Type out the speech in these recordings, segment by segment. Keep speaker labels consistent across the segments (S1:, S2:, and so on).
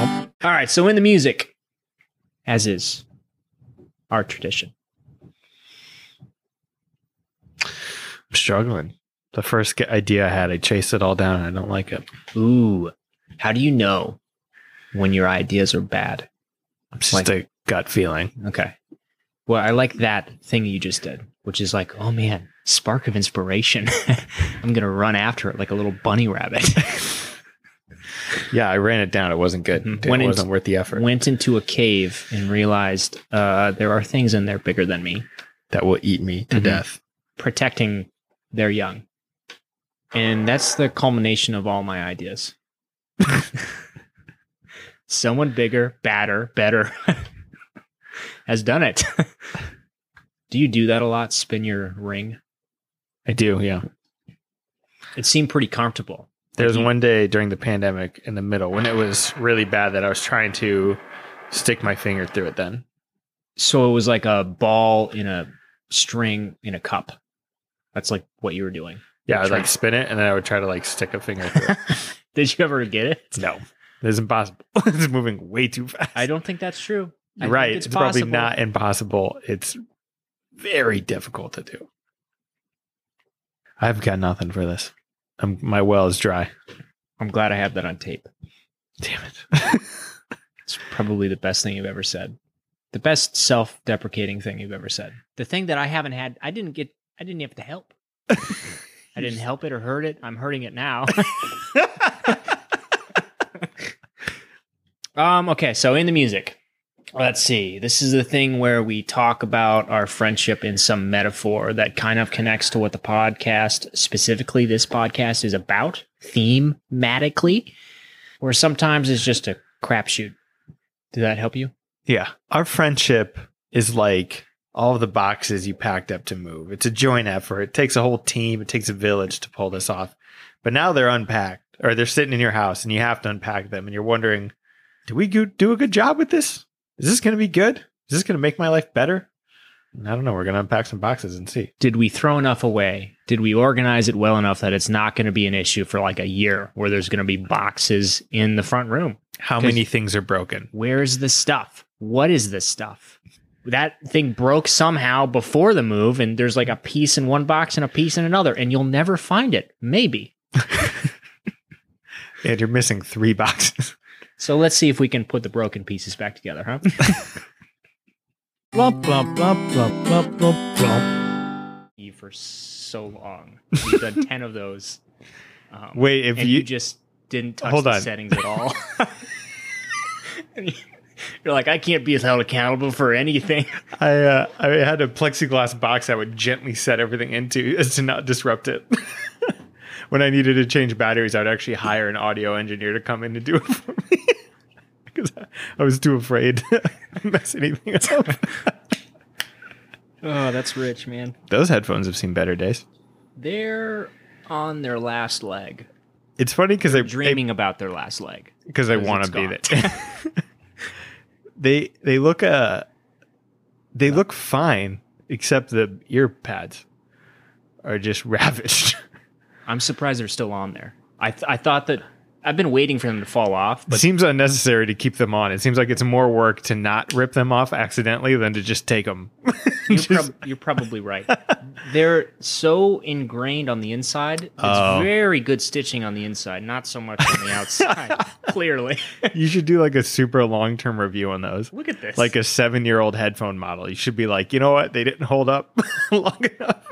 S1: All right, so in the music, as is our tradition.
S2: I'm struggling. The first g- idea I had, I chased it all down, and I don't like it.
S1: Ooh, how do you know when your ideas are bad?
S2: It's
S1: Like-
S2: just a gut feeling.
S1: Okay. Well, I like that thing you just did, which is like, oh man, spark of inspiration. I'm going to run after it like a little bunny rabbit.
S2: Yeah, I ran it down. It wasn't good.
S1: Mhm.
S2: It
S1: When in-
S2: wasn't worth the effort.
S1: Went into a cave and realized uh, there are things in there bigger than me,
S2: that will eat me to
S1: Mhm.
S2: death.
S1: protecting their young. And that's the culmination of all my ideas. Someone bigger, badder, better has done it. do you do that a lot? Spin your ring?
S2: I do. Yeah.
S1: It seemed pretty comfortable.
S2: There was
S1: you-
S2: one day during the pandemic in the middle when it was really bad that I was trying to stick my finger through it then.
S1: So it was like a ball in a string in a cup. That's like what you were doing.
S2: Yeah, I'd
S1: Try-
S2: like spin it and then I would try to like stick a finger through it.
S1: Did you ever get it?
S2: no. It's impossible. it's moving way too fast.
S1: I don't think that's true. I
S2: You're
S1: think
S2: right. It's,
S1: it's
S2: probably
S1: possible.
S2: not impossible. It's very difficult to do. I've got nothing for this. I'm, my well is dry.
S1: I'm glad I have that on tape.
S2: Damn it.
S1: It's probably the best thing you've ever said. The best self-deprecating thing you've ever said. The thing that I haven't had, I didn't get, I didn't have to help. I didn't help it or hurt it. I'm hurting it now. um. Okay. So in the music, let's see. This is the thing where we talk about our friendship in some metaphor that kind of connects to what the podcast, specifically this podcast, is about thematically, or sometimes it's just a crapshoot. Did that help you?
S2: yeah. Our friendship is like all of the boxes you packed up to move. It's a joint effort. It takes a whole team, it takes a village to pull this off. But now they're unpacked or they're sitting in your house and you have to unpack them and you're wondering, do we go- do a good job with this? Is this going to be good? Is this going to make my life better? And I don't know. We're going to unpack some boxes and see.
S1: did we throw enough away? Did we organize it well enough that it's not going to be an issue for like a year where there's going to be boxes in the front room?
S2: How
S1: 'Cause-
S2: many things are broken?
S1: Where is the stuff? What is the stuff? That thing broke somehow before the move, and there's like a piece in one box and a piece in another, and you'll never find it, maybe.
S2: And you're missing three boxes.
S1: So let's see if we can put the broken pieces back together, huh?
S2: Blump, blump, blump, blump, blump, blump, blump.
S1: You E For so long, we've done 10 of those. Um,
S2: Wait, if
S1: and you,
S2: you,
S1: just didn't touch
S2: Hold
S1: the
S2: on.
S1: settings at all. And You're like, I can't be held accountable for anything.
S2: I, uh, I had a plexiglass box I would gently set everything into as to not disrupt it. when I needed to change batteries, I would actually hire an audio engineer to come in to do it for me because I, I was too afraid to mess anything up.
S1: Oh, that's rich, man.
S2: Those headphones have seen better days.
S1: They're on their last leg,
S2: It's funny because they
S1: dreaming about their last leg.
S2: because they
S1: 'Cause
S2: want
S1: it's
S2: to be
S1: gone.
S2: there. they they look uh they look fine except the ear pads are just ravished.
S1: I'm surprised they're still on there. I th- I thought that I've been waiting for them to fall off,
S2: It
S1: but
S2: seems unnecessary to keep them on. It seems like it's more work to not rip them off accidentally than to just take them.
S1: you're, prob- you're probably right. They're so ingrained on the inside. It's
S2: Oh.
S1: very good stitching on the inside, not so much on the outside. clearly,
S2: you should do like a super long term review on those.
S1: look at this.
S2: Like a seven year old headphone model. You should be like, you know what? They didn't hold up long enough.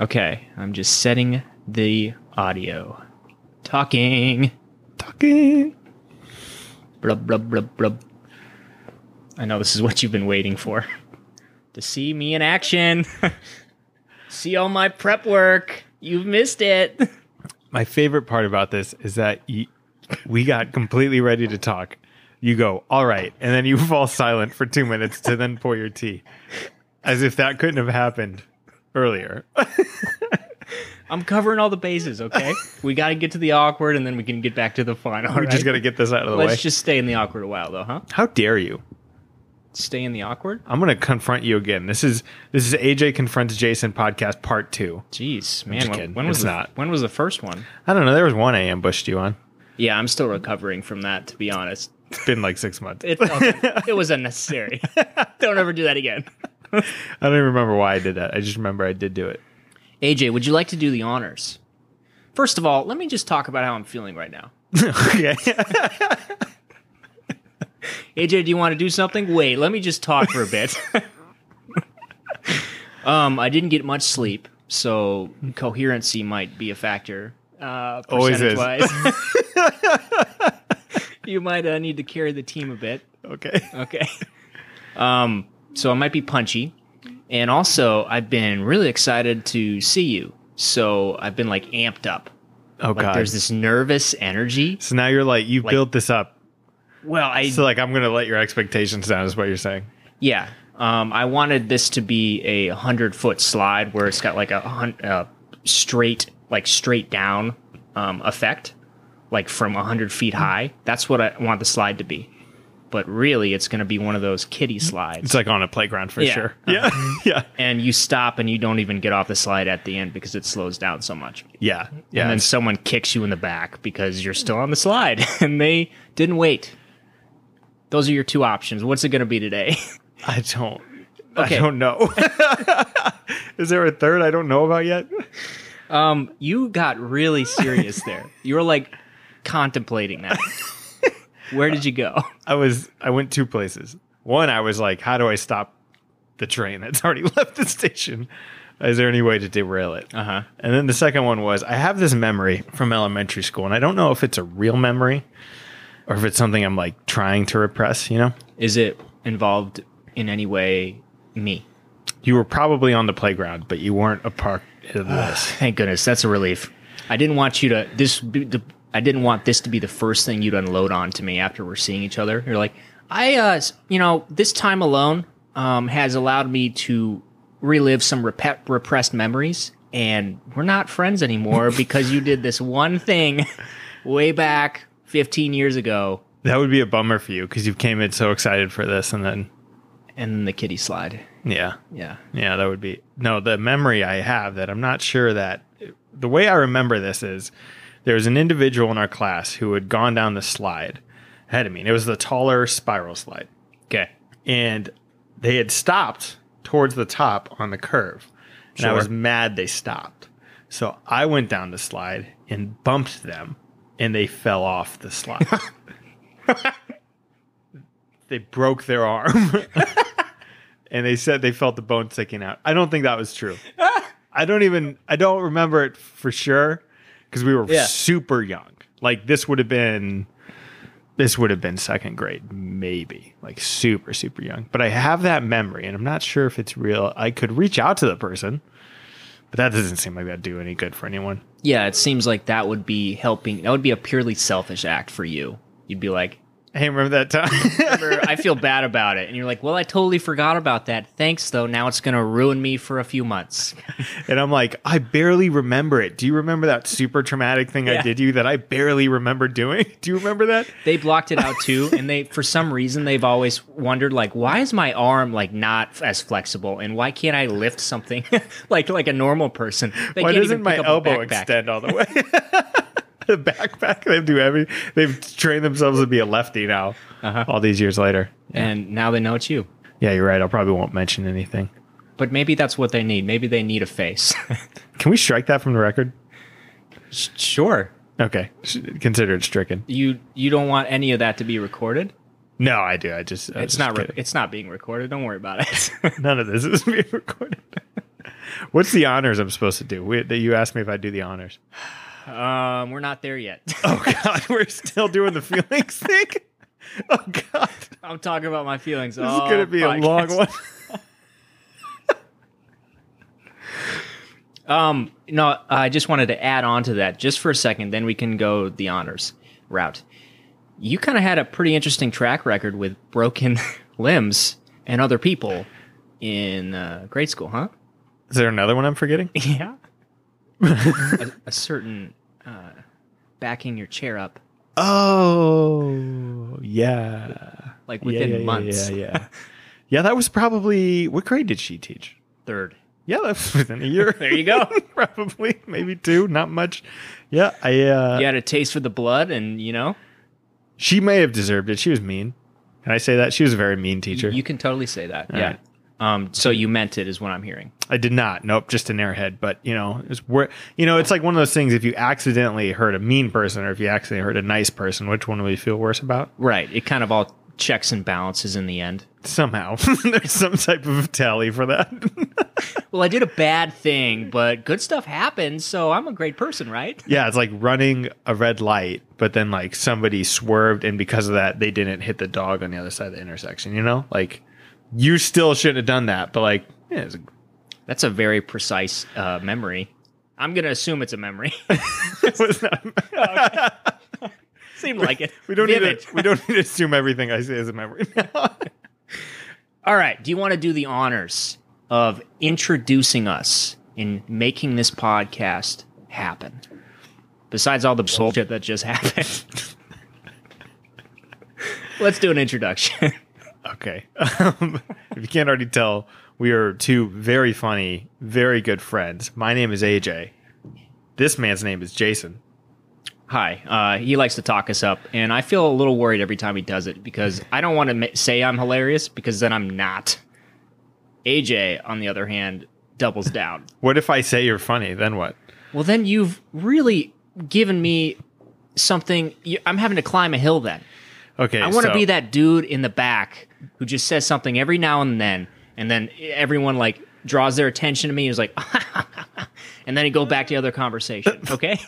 S1: Okay, I'm just setting the audio. Talking.
S2: Talking.
S1: Blub, blub, blub, blub. I know this is what you've been waiting for to see me in action, see all my prep work. You've missed it.
S2: My favorite part about this is that you, we got completely ready to talk. You go, all right. And then you fall silent for two minutes to then pour your tea. As if that couldn't have happened earlier.
S1: I'm covering all the bases, okay? we got to get to the awkward and then we can get back to the fun. All
S2: we just
S1: right?
S2: got to get this out of the
S1: Let's
S2: way.
S1: just stay in the awkward a while, though, huh?
S2: How dare you?
S1: Stay in the awkward?
S2: I'm gonna confront you again. This is this is AJ confronts Jason podcast part two.
S1: Jeez,
S2: just
S1: man. When,
S2: kidding.
S1: when was
S2: It's
S1: the,
S2: not.
S1: When was the first one?
S2: I don't know. There was one I ambushed you on.
S1: Yeah, I'm still recovering from that, to be honest.
S2: It's been like six months.
S1: It, it was unnecessary. Don't ever do that again.
S2: I don't even remember why I did that. I just remember I did do it.
S1: AJ, would you like to do the honors? First of all, let me just talk about how I'm feeling right now.
S2: okay.
S1: AJ, do you want to do something? Wait, let me just talk for a bit. um, I didn't get much sleep, so coherency might be a factor. Uh,
S2: Always is.
S1: percentage-wise. you might uh, need to carry the team a bit.
S2: okay.
S1: Okay. Um, so I might be punchy. And also, I've been really excited to see you. So I've been like amped up.
S2: Oh
S1: Like
S2: god.
S1: there's this nervous energy.
S2: so now you're like you
S1: Like-
S2: built this up.
S1: Well, I
S2: So like I'm gonna let your expectations down is what you're saying.
S1: yeah. Um, I wanted this to be a hundred foot slide where it's got like a hun- uh, straight, like straight down um, effect, like from a hundred feet high. That's what I want the slide to be. But really, it's going to be one of those kiddie slides.
S2: It's like on a playground for
S1: Yeah. Uh-huh.
S2: sure. Yeah. yeah.
S1: and you stop and you don't even get off the slide at the end because it slows down so much.
S2: Yeah. Yeah.
S1: And then someone kicks you in the back because you're still on the slide and they didn't wait. Those are your two options. What's it going to be today?
S2: I don't
S1: Okay.
S2: I don't know. is there a third I don't know about yet?
S1: Um, you got really serious there. You were like contemplating that. Where did you go?
S2: I was I went two places. One, I was like, how do I stop the train that's already left the station? Is there any way to derail it?
S1: Uh huh.
S2: And then the second one was I have this memory from elementary school, and I don't know if it's a real memory or if it's something I'm like trying to repress, you know?
S1: Is it involved in any way me?
S2: You were probably on the playground, but you weren't a part of this.
S1: Thank goodness. That's a relief. I didn't want you to this. Be the, I didn't want this to be the first thing you'd unload on to me after we're seeing each other. You're like, I, uh, s- you know, this time alone um, has allowed me to relive some rep- repressed memories, and we're not friends anymore because you did this one thing way back 15 years ago,
S2: that would be a bummer for you because you came in so excited for this, and then,
S1: and the kitty slide.
S2: yeah.
S1: Yeah.
S2: Yeah, that would be no. The memory I have that I'm not sure that the way I remember this is there was an individual in our class who had gone down the slide ahead of me. And it was the taller spiral slide,
S1: Okay.
S2: and they had stopped towards the top on the curve. And I
S1: Sure.
S2: was mad they stopped, so I went down the slide and bumped them, and they fell off the slide. they broke their arm. and they said they felt the bone sticking out. I don't think that was true. I don't even I don't remember it for sure because we were
S1: Yeah.
S2: super young. Like this would have been this would have been second grade maybe. Like super super young. But I have that memory and I'm not sure if it's real. I could reach out to the person, but that doesn't seem like that'd do any good for anyone.
S1: Yeah. It seems like that would be helping. That would be a purely selfish act for you. You'd be like,
S2: Hey, remember that time?
S1: or I feel bad about it. And you're like, well, I totally forgot about that. Thanks, though. Now it's going to ruin me for a few months.
S2: and I'm like, I barely remember it. Do you remember that super traumatic thing
S1: Yeah.
S2: I did you that I barely remember doing? Do you remember that?
S1: They blocked it out too. And they, for some reason, they've always wondered, like, why is my arm, like, not as flexible? And why can't I lift something like like a normal person? They
S2: Why
S1: can't
S2: doesn't
S1: even
S2: my
S1: pick up a
S2: elbow
S1: backpack.
S2: extend all the way? the backpack. They do every. They've trained themselves to be a lefty now.
S1: Uh-huh.
S2: All these years later.
S1: And now they know it's you.
S2: Yeah, you're right. I probably won't mention anything.
S1: But maybe that's what they need. Maybe they need a face.
S2: Can we strike that from the record?
S1: sure.
S2: Okay, Sh- consider it stricken.
S1: You you don't want any of that to be recorded.
S2: No, I do. I just. I was
S1: It's
S2: just
S1: not re-
S2: kidding.
S1: it's not being recorded. Don't worry about it.
S2: None of this is being recorded. What's the honors I'm supposed to do? We, that you asked me if I do the honors.
S1: um, we're not there yet.
S2: Oh God, we're still doing the feelings thing. Oh God, this
S1: I'm talking about my feelings. Oh, This
S2: is gonna be a long one.
S1: Um, no, I just wanted to add on to that just for a second. Then we can go the honors route. You kind of had a pretty interesting track record with broken limbs and other people in uh, grade school, huh?
S2: Is there another one I'm forgetting?
S1: Yeah. a, a certain uh, backing your chair up,
S2: Oh yeah,
S1: like
S2: yeah,
S1: within
S2: yeah, yeah,
S1: months.
S2: Yeah, yeah, yeah. that was probably what grade did she teach?
S1: Third.
S2: Yeah, that's within a year.
S1: There you go.
S2: Probably, maybe two, not much. Yeah, I. Uh,
S1: you had a taste for the blood, and you know,
S2: She may have deserved it. She was mean. Can I say that? She was a very mean teacher.
S1: you can totally say that.
S2: All
S1: yeah.
S2: right.
S1: Um, so you meant it, is what I'm hearing.
S2: I did not. Nope, just an airhead. But you know, it's where you know, it's like one of those things. If you accidentally hurt a mean person, or if you accidentally hurt a nice person, which one will you feel worse about?
S1: Right. It kind of all checks and balances in the end.
S2: Somehow, there's some type of tally for that.
S1: Well, I did a bad thing, but good stuff happened, so I'm a great person, right?
S2: yeah, it's like running a red light, but then like somebody swerved, and because of that, they didn't hit the dog on the other side of the intersection. You know, like you still shouldn't have done that, but like, yeah, it's
S1: That's a very precise uh, memory. I'm gonna assume it's a memory.
S2: it was not.
S1: Seemed like it.
S2: We don't need
S1: Vivid.
S2: to, we don't need to assume everything I say is a memory.
S1: All right. Do you want to do the honors of introducing us in making this podcast happen? Besides all the bullshit that just happened, let's do an introduction.
S2: Okay. Um, if you can't already tell, we are two very funny, very good friends. My name is AJ. This man's name is Jason.
S1: Hi. Uh, he likes to talk us up, and I feel a little worried every time he does it because I don't want to ma- say I'm hilarious because then I'm not. AJ, on the other hand, doubles down.
S2: What if I say you're funny? Then what?
S1: Well, then you've really given me something. You, I'm having to climb a hill then.
S2: Okay.
S1: I want to
S2: so-
S1: be that dude in the back who just says something every now and then, and then everyone like draws their attention to me. And is like, and then you go back to the other conversation. Okay.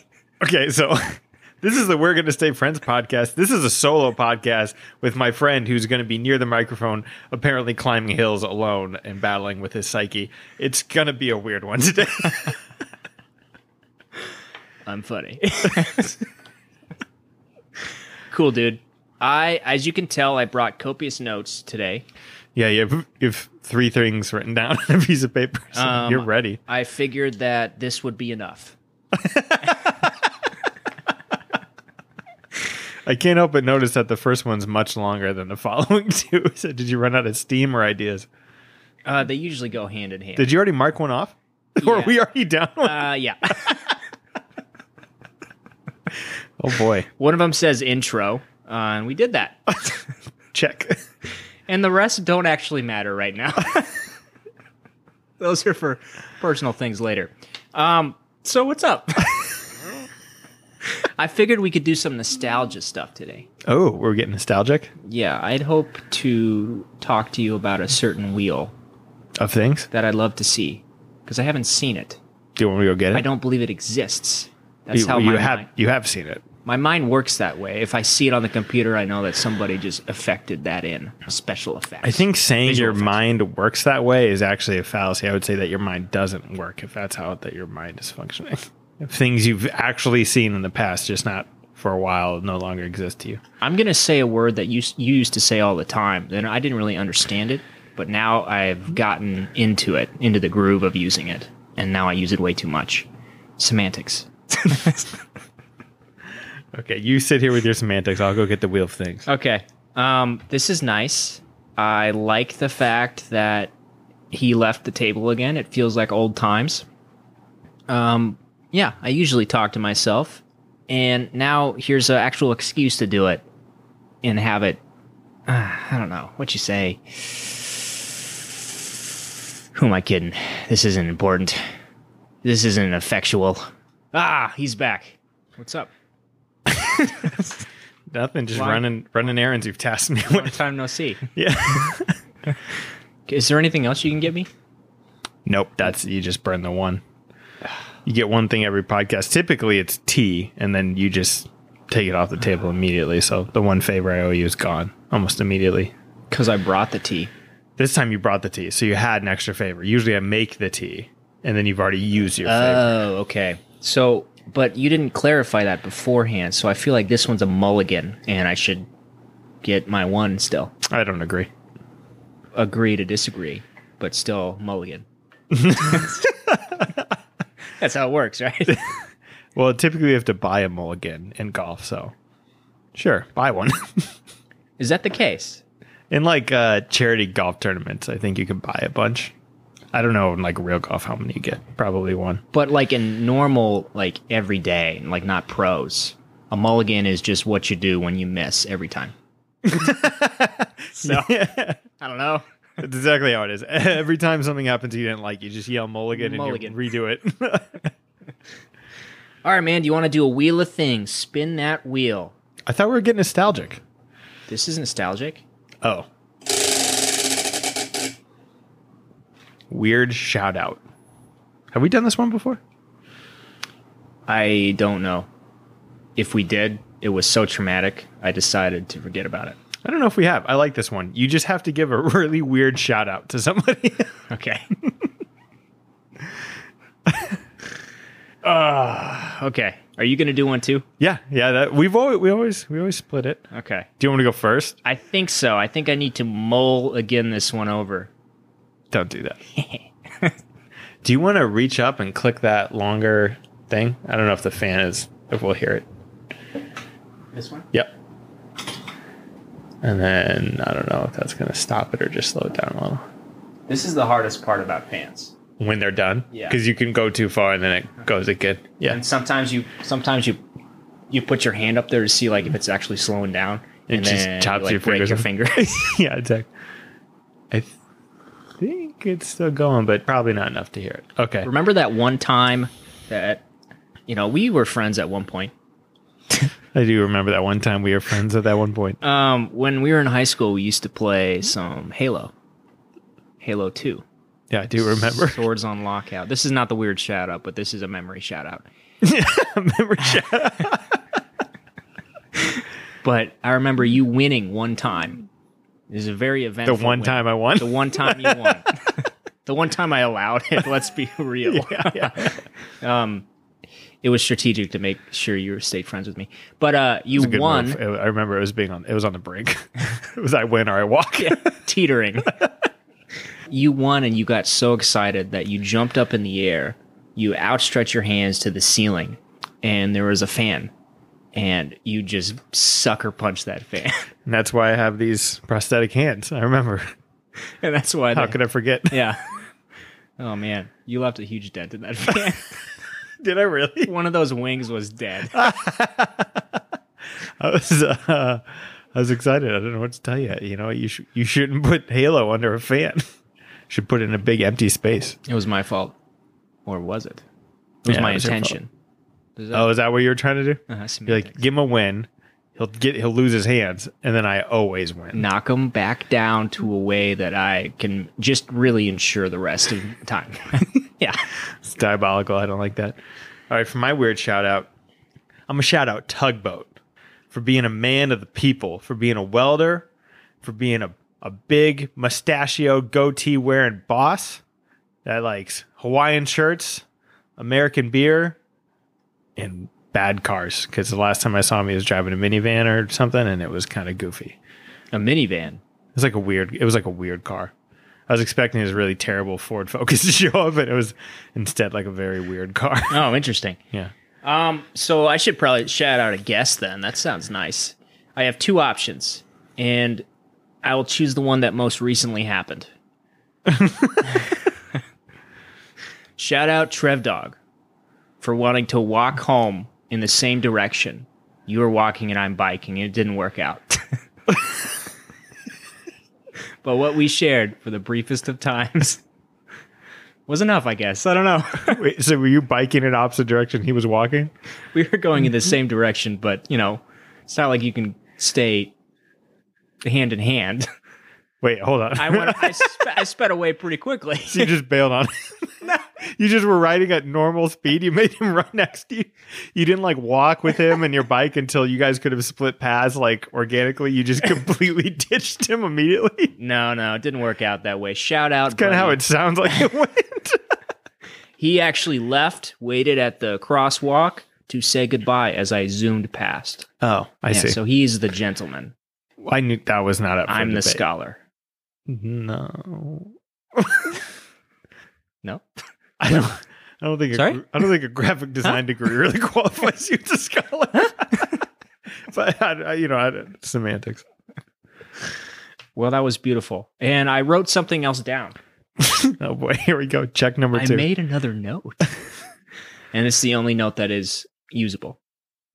S2: Okay. So this is the We're Going to Stay Friends podcast. This is a solo podcast with my friend who's going to be near the microphone, apparently climbing hills alone and battling with his psyche. It's going to be a weird one today.
S1: I'm funny. cool, dude. I, as you can tell, I brought copious notes today.
S2: yeah. You have, you have three things written down on a piece of paper. So
S1: Um,
S2: you're ready.
S1: I figured that this would be enough.
S2: I can't help but notice that the first one's much longer than the following two. So did you run out of steam or ideas?
S1: Uh, they usually go hand in hand.
S2: Did you already mark one off? or are
S1: Yeah.
S2: we already down one?
S1: uh, yeah.
S2: oh boy.
S1: One of them says intro, uh, and we did that.
S2: Check.
S1: and the rest don't actually matter right now. Those are for personal things later. Um, so what's up? I figured we could do some nostalgia stuff today.
S2: Oh, we're getting nostalgic
S1: Yeah, I'd hope to talk to you about a certain wheel
S2: of things.
S1: that I'd love to see because I haven't seen it.
S2: Do you want me to go get it?
S1: I don't believe it exists. That's
S2: you,
S1: how
S2: you
S1: my,
S2: have
S1: mind,
S2: you have seen it.
S1: my mind works that way. If I see it on the computer, I know that somebody just affected that in a special effect.
S2: I think saying
S1: Visual
S2: your
S1: effects.
S2: mind works that way is actually a fallacy. I would say that your mind doesn't work if that's how that your mind is functioning. If things you've actually seen in the past, just not for a while, no longer exist to you.
S1: I'm gonna say a word that you you used to say all the time, and I didn't really understand it, but now I've gotten into it, into the groove of using it, and now I use it way too much. Semantics.
S2: Okay, you sit here with your semantics. I'll go get the wheel of things.
S1: Okay. Um, this is nice. I like the fact that he left the table again. It feels like old times. Um, yeah, I usually talk to myself, and now here's an actual excuse to do it and have it. Uh, I don't know what you say. Who am I kidding? This isn't important. This isn't effectual. Ah, he's back. What's up?
S2: Nothing, just
S1: Why-
S2: running running errands you've tasked me with.
S1: Long time no see.
S2: Yeah.
S1: Is there anything else you can get me?
S2: nope. That's you just burn the one. You get one thing every podcast. Typically, it's tea, and then you just take it off the table immediately. So the one favor I owe you is gone almost immediately.
S1: Because I brought the tea.
S2: This time you brought the tea, so you had an extra favor. Usually, I make the tea, and then you've already used your favor.
S1: Oh, okay. So, but you didn't clarify that beforehand, so I feel like this one's a mulligan, and I should get my one still.
S2: I don't agree.
S1: Agree to disagree, but still mulligan. That's how it works, right?
S2: Well, typically you have to buy a mulligan in golf, so sure, buy one.
S1: Is that the case?
S2: in like uh, charity golf tournaments, I think you can buy a bunch. I don't know in like real golf how many you get. Probably one.
S1: But like in normal, like everyday, like not pros, a mulligan is just what you do when you miss every time.
S2: So yeah.
S1: I don't know.
S2: That's exactly how it is. Every time something happens you didn't like, you just yell mulligan,
S1: Mulligan.
S2: and you redo it.
S1: All right, man. Do you want to do a wheel of things? Spin that wheel.
S2: I thought we were getting nostalgic.
S1: This is nostalgic.
S2: Oh. Weird shout out. Have we done this one before?
S1: I don't know. If we did, it was so traumatic, I decided to forget about it.
S2: I don't know if we have. I like this one. You just have to give a really weird shout out to somebody.
S1: Okay. uh, okay. Are you going to do one too?
S2: yeah, yeah. That we've always we always we always split it.
S1: Okay.
S2: Do you want me to go first?
S1: I think so. I think I need to mull again this one over.
S2: Don't do that. do you want to reach up and click that longer thing? I don't know if the fan is if we'll hear it.
S1: This one?
S2: Yep. And then I don't know if that's gonna stop it or just slow it down a little.
S1: This is the hardest part about fans.
S2: When they're done,
S1: Yeah.
S2: because you can go too far and then it goes again. Yeah,
S1: And sometimes you sometimes you you put your hand up there to see like if it's actually slowing down
S2: It
S1: and
S2: just
S1: then
S2: chops
S1: you, like,
S2: your
S1: break your
S2: fingers
S1: finger.
S2: yeah, exactly. I th- think it's still going, but probably not enough to hear it. Okay.
S1: Remember that one time that you know, we were friends at one point.
S2: I do remember that one time we were friends at that one point.
S1: Um, when we were in high school, we used to play some Halo, Halo Two.
S2: Yeah, I do remember.
S1: Swords on Lockout. This is not the weird shout out, but this is a memory shout out.
S2: remember Chad.
S1: But I remember you winning one time. It was a very
S2: The
S1: eventful.
S2: one
S1: win.
S2: time I won.
S1: The one time you won. the one time I allowed it. Let's be real. Um,
S2: yeah, yeah.
S1: It was strategic to make sure you stayed friends with me. But uh, you
S2: Good
S1: won.
S2: move. It- I remember it was being on. It was on the brink. it was I win or I walk.
S1: teetering. you won and you got so excited that you jumped up in the air, you outstretched your hands to the ceiling, and there was a fan. And you just sucker punched that fan.
S2: And that's why I have these prosthetic hands. I remember.
S1: and that's why
S2: How
S1: they-
S2: could I forget?
S1: Yeah. Oh man, you left a huge dent in that fan.
S2: Did I really?
S1: One of those wings was dead.
S2: I was. Uh, I was excited. I don't know what to tell you. You know, you sh- you shouldn't put Halo under a fan. Should put it in a big empty space.
S1: It was my fault. Or was it? It was
S2: Yeah,
S1: my
S2: it was your fault.
S1: intention. Does that-
S2: Oh, is that what you were trying to do?
S1: Uh-huh,
S2: Be like,
S1: semantics.
S2: give him a win. He'll get. He'll lose his hands, and then I always win.
S1: knock them back down to a way that I can just really ensure the rest of the time. yeah.
S2: It's diabolical. I don't like that. All right, for my weird shout out, I'm gonna shout out Tugboat for being a man of the people, for being a welder, for being a, a big mustachio goatee wearing boss that likes Hawaiian shirts, American beer, and bad cars. Because the last time I saw him, he was driving a minivan or something, and it was kind of goofy.
S1: A minivan.
S2: It was like a weird. It was like a weird car. I was expecting this really terrible Ford Focus to show up, and it was instead like a very weird car.
S1: Oh, interesting.
S2: yeah.
S1: Um, so I should probably shout out a guest then. That sounds nice. I have two options, and I will choose the one that most recently happened. shout out Trev Dog for wanting to walk home in the same direction you were walking and I'm biking, and it didn't work out. but what we shared for the briefest of times was enough, I guess. I don't know.
S2: Wait, so were you biking in opposite direction he was walking?
S1: we were going in the same direction, but you know, it's not like you can stay hand in hand.
S2: Wait, hold on.
S1: I went, I, sp- I sped away pretty quickly.
S2: you just bailed on. you just were riding at normal speed. You made him run next to you. You didn't like walk with him and your bike until you guys could have split paths like organically. You just completely ditched him immediately.
S1: No, no, it didn't work out that way. Shout out,
S2: Kind of how
S1: buddy.
S2: it sounds like it went.
S1: he actually left, waited at the crosswalk to say goodbye as I zoomed past.
S2: Oh, I
S1: Yeah, so he's the gentleman.
S2: I knew that was not up. For
S1: I'm the
S2: debate.
S1: scholar.
S2: No,
S1: No,
S2: I don't. I don't think.
S1: Sorry?
S2: A, gra- I don't think a graphic design degree really qualifies you as a scholar. but I, I- you know, I, semantics.
S1: well, that was beautiful, and I wrote something else down.
S2: oh boy, here we go. Check number
S1: I
S2: two.
S1: made another note. and it's the only note that is usable.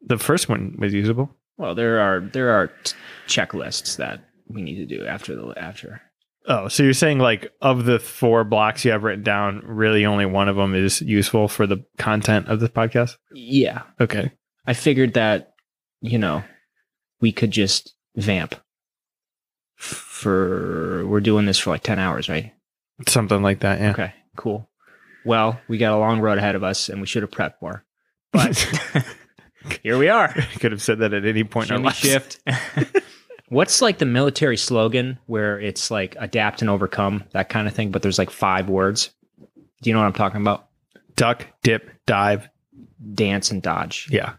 S2: the first one was usable.
S1: Well, there are there are t- checklists that we need to do after the after.
S2: Oh, so you're saying like of the four blocks you have written down, really only one of them is useful for the content of this podcast?
S1: Yeah.
S2: Okay.
S1: I figured that, you know, we could just vamp for we're doing this for like 10 hours, right?
S2: Something like that, yeah.
S1: Okay, cool. Well, we got a long road ahead of us and we should have prepped more. But here we are.
S2: I could have said that at any point in our
S1: Shimmy
S2: life.
S1: shift. What's like the military slogan where it's like adapt and overcome, that kind of thing, but there's like five words? Do you know what I'm talking about?
S2: Duck, dip, dive.
S1: Dance and dodge.
S2: Yeah.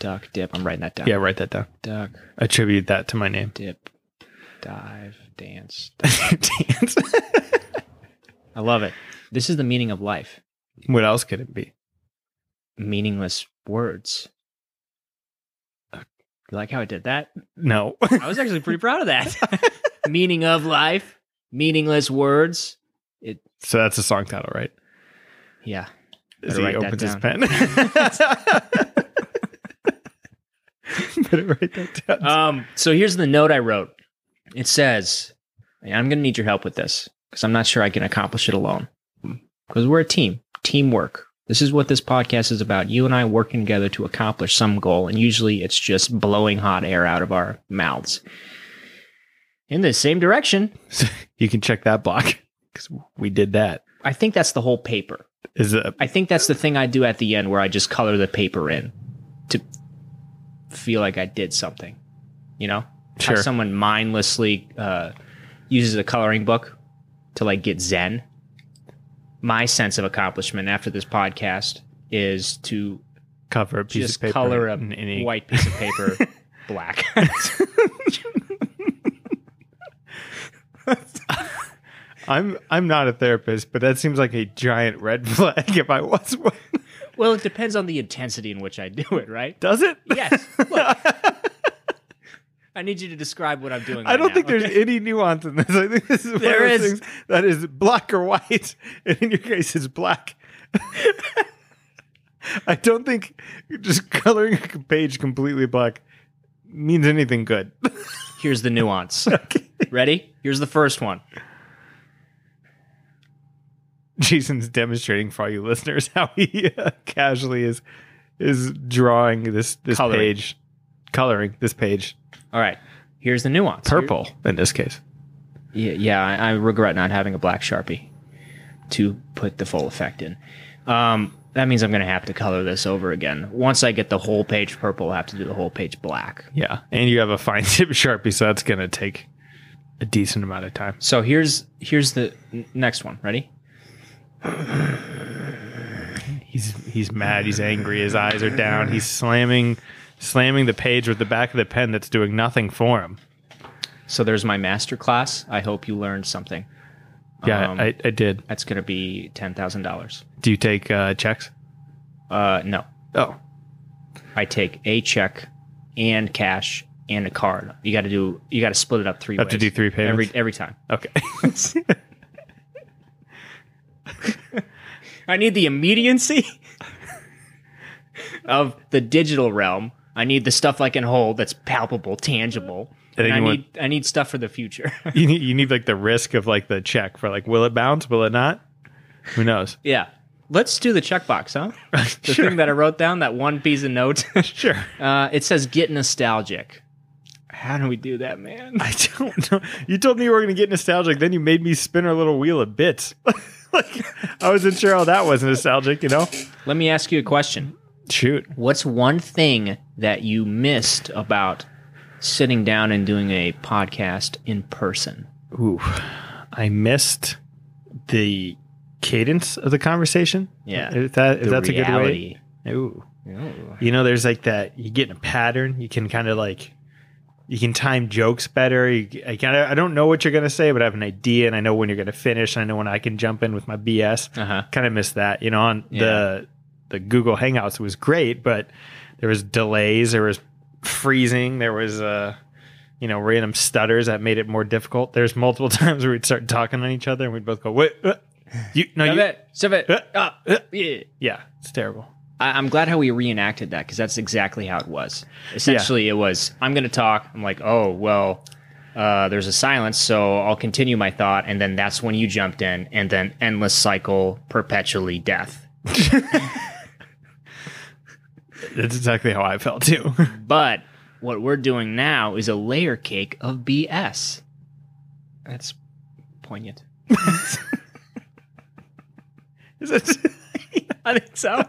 S1: Duck, dip. I'm writing that down.
S2: Yeah, write that down.
S1: Duck,
S2: Attribute that to my name.
S1: dip, dive, dance.
S2: Dance.
S1: I love it. This is the meaning of life.
S2: what else could it be?
S1: Meaningless words. Uh, You like how I did that?
S2: No.
S1: I was actually pretty proud of that. meaning of life, meaningless words.
S2: so that's a song title, right?
S1: Yeah.
S2: As
S1: Better
S2: he
S1: write
S2: opens his
S1: that
S2: pen. Better write that down.
S1: Um, so here's the note I wrote. It says, and I'm going to need your help with this because I'm not sure I can accomplish it alone. Because we're a team, teamwork. This is what this podcast is about. You and I working together to accomplish some goal, and usually it's just blowing hot air out of our mouths in the same direction.
S2: you can check that block because we did that.
S1: I think that's the whole paper.
S2: Is a
S1: I think that's the thing I do at the end where I just color the paper in to feel like I did something. You know,
S2: Sure.
S1: how someone mindlessly uh, uses a coloring book to like get zen. My sense of accomplishment after this podcast is to
S2: cover a piece
S1: just
S2: of paper.
S1: color a
S2: in any-
S1: white piece of paper black.
S2: I'm I'm not a therapist, but that seems like a giant red flag. If I was one,
S1: well, it depends on the intensity in which I do it, right?
S2: does it?
S1: Yes. Look, I need you to describe what I'm doing.
S2: I
S1: right
S2: don't
S1: now,
S2: think there's
S1: okay?
S2: any nuance in this. I think this is one
S1: There
S2: of those
S1: is.
S2: things that is black or white, and in your case, it's black. I don't think just coloring a page completely black means anything good.
S1: Here's the nuance. Ready? Here's the first one.
S2: Jason's demonstrating for all you listeners how he uh, casually is is drawing this this
S1: Coloring.
S2: page, coloring this page
S1: All right. Here's the nuance.
S2: purple in this case.
S1: Yeah, yeah I, I regret not having a black sharpie to put the full effect in. Um, that means I'm going to have to color this over again. Once I get the whole page purple, I'll have to do the whole page black.
S2: Yeah, and you have a fine tip sharpie, so that's gonna take a decent amount of time.
S1: So here's here's the n- next one. Ready?
S2: He's he's mad. He's angry. His eyes are down. He's slamming slamming the page with the back of the pen that's doing nothing for him.
S1: So there's my master class. I hope you learned something.
S2: Yeah,
S1: Um,
S2: I, I did.
S1: That's going to be ten thousand dollars.
S2: Do you take uh, checks?
S1: Uh, no,
S2: Oh,
S1: I take a check and cash and a card. You got to do. You got to split it up three.
S2: Have to
S1: ways.
S2: do three payments?
S1: every every time.
S2: okay.
S1: I need the immediacy of the digital realm. I need the stuff I can hold that's palpable, tangible.
S2: And
S1: And I
S2: anyone-
S1: need I need stuff for the future.
S2: you need you need like the risk of like the check for like will it bounce? Will it not? Who knows?
S1: yeah. Let's do the checkbox, huh? The
S2: Sure.
S1: thing that I wrote down, that one piece of note.
S2: Sure.
S1: uh, it says get nostalgic. How do we do that, man?
S2: I don't know. You told me you were going to get nostalgic, then you made me spin our little wheel of bits. like I wasn't sure how that was nostalgic, you know?
S1: Let me ask you a question.
S2: Shoot.
S1: What's one thing that you missed about sitting down and doing a podcast in person?
S2: Ooh, I missed the cadence of the conversation.
S1: Yeah.
S2: If, that, if
S1: The
S2: that's
S1: reality.
S2: a good way. Oh. Ooh.
S1: Ooh.
S2: You know, there's like that, you get in a pattern, you can kind of like, you can time jokes better. You, I, kind of, I don't know what you're going to say, but I have an idea and I know when you're going to finish. And I know when I can jump in with my BS.
S1: Uh-huh.
S2: kind of missed that. You know, on
S1: Yeah.
S2: the the Google Hangouts was great, but there was delays, there was freezing, there was uh you know, random stutters that made it more difficult. There's multiple times where we'd start talking on each other and we'd both go, "Wait, uh, you no,
S1: Stop
S2: you,
S1: it. Stop it.
S2: Uh,
S1: Ah,
S2: uh.
S1: yeah.
S2: yeah, it's terrible."
S1: I, I'm glad how we reenacted that because that's exactly how it was. Essentially, it was I'm going to talk. I'm like, oh well, uh, there's a silence, so I'll continue my thought, and then that's when you jumped in, and then endless cycle, perpetually death.
S2: That's exactly how I felt too.
S1: But what we're doing now is a layer cake of BS. That's poignant.
S2: Is it-
S1: I think so.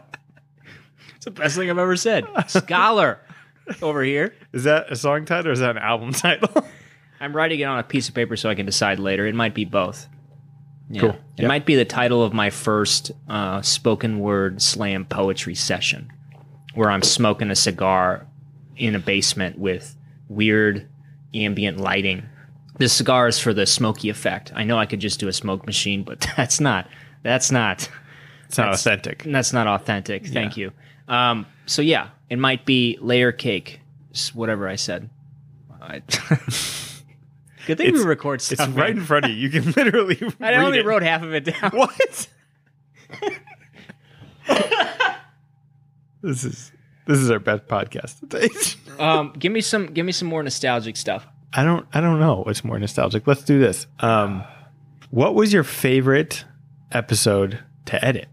S1: it's the best thing I've ever said. Scholar over here.
S2: is that a song title or is that an album title?
S1: I'm writing it on a piece of paper so I can decide later. It might be both. Yeah.
S2: Cool.
S1: It
S2: Yep.
S1: might be the title of my first uh, spoken word slam poetry session where I'm smoking a cigar in a basement with weird ambient lighting. This cigar is for the smoky effect. I know I could just do a smoke machine, but that's not that's not
S2: It's not authentic.
S1: that's not authentic. Thank you. Um, so yeah, it might be layer cake, s- whatever I said. I, good thing
S2: It's-
S1: we record stuff.
S2: It's right in front of you. You can literally.
S1: I
S2: read
S1: only
S2: it.
S1: wrote half of it down.
S2: What? this is this is our best podcast today.
S1: Um, give me some. Give me some more nostalgic stuff.
S2: I don't I don't know what's more nostalgic. Let's do this. Um, what was your favorite episode to edit?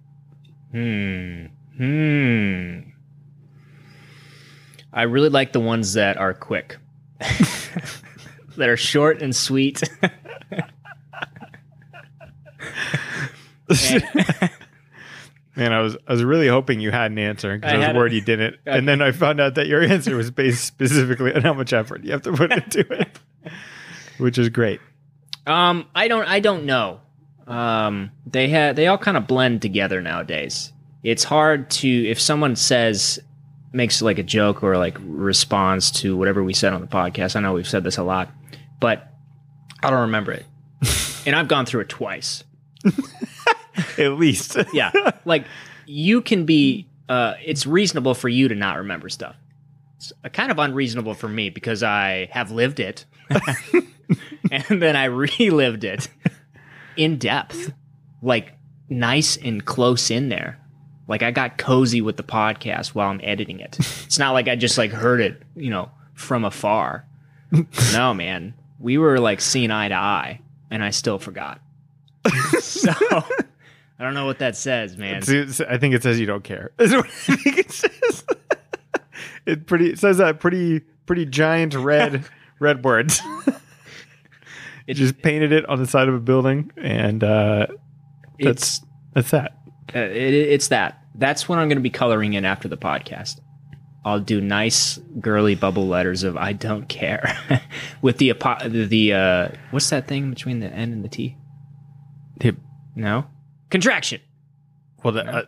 S1: Hmm. Hmm. I really like the ones that are quick, that are short and sweet.
S2: Man, I was I was really hoping you had an answer because
S1: I
S2: I, was
S1: had it.
S2: worried you didn't. And then I found out that your answer was based specifically on how much effort you have to put into it, which is great.
S1: Um, I don't. I don't know. Um, they had. They all kind of blend together nowadays. It's hard to if someone says makes like a joke or like responds to whatever we said on the podcast. I know we've said this a lot, but I don't remember it. and I've gone through it twice.
S2: At least,
S1: Yeah, like you can be. Uh, it's reasonable for you to not remember stuff. It's uh, kind of unreasonable for me because I have lived it, and then I relived it in depth, like nice and close in there. Like I got cozy with the podcast while I'm editing it. It's not like I just like heard it, you know, from afar. No, man, we were like seeing eye to eye, and I still forgot. So I don't know what that says, man.
S2: It's- it's- I think it says you don't care. Is what I think it says. it pretty it says that pretty pretty giant red red words.
S1: It-
S2: It just painted it on the side of a building, and uh,
S1: It's
S2: that's that's that.
S1: uh, it, it's that. That's when I'm going to be coloring in after the podcast. I'll do nice girly bubble letters of I don't care with the apo- the uh, what's that thing between the N and the T? No contraction.
S2: Well, the, uh,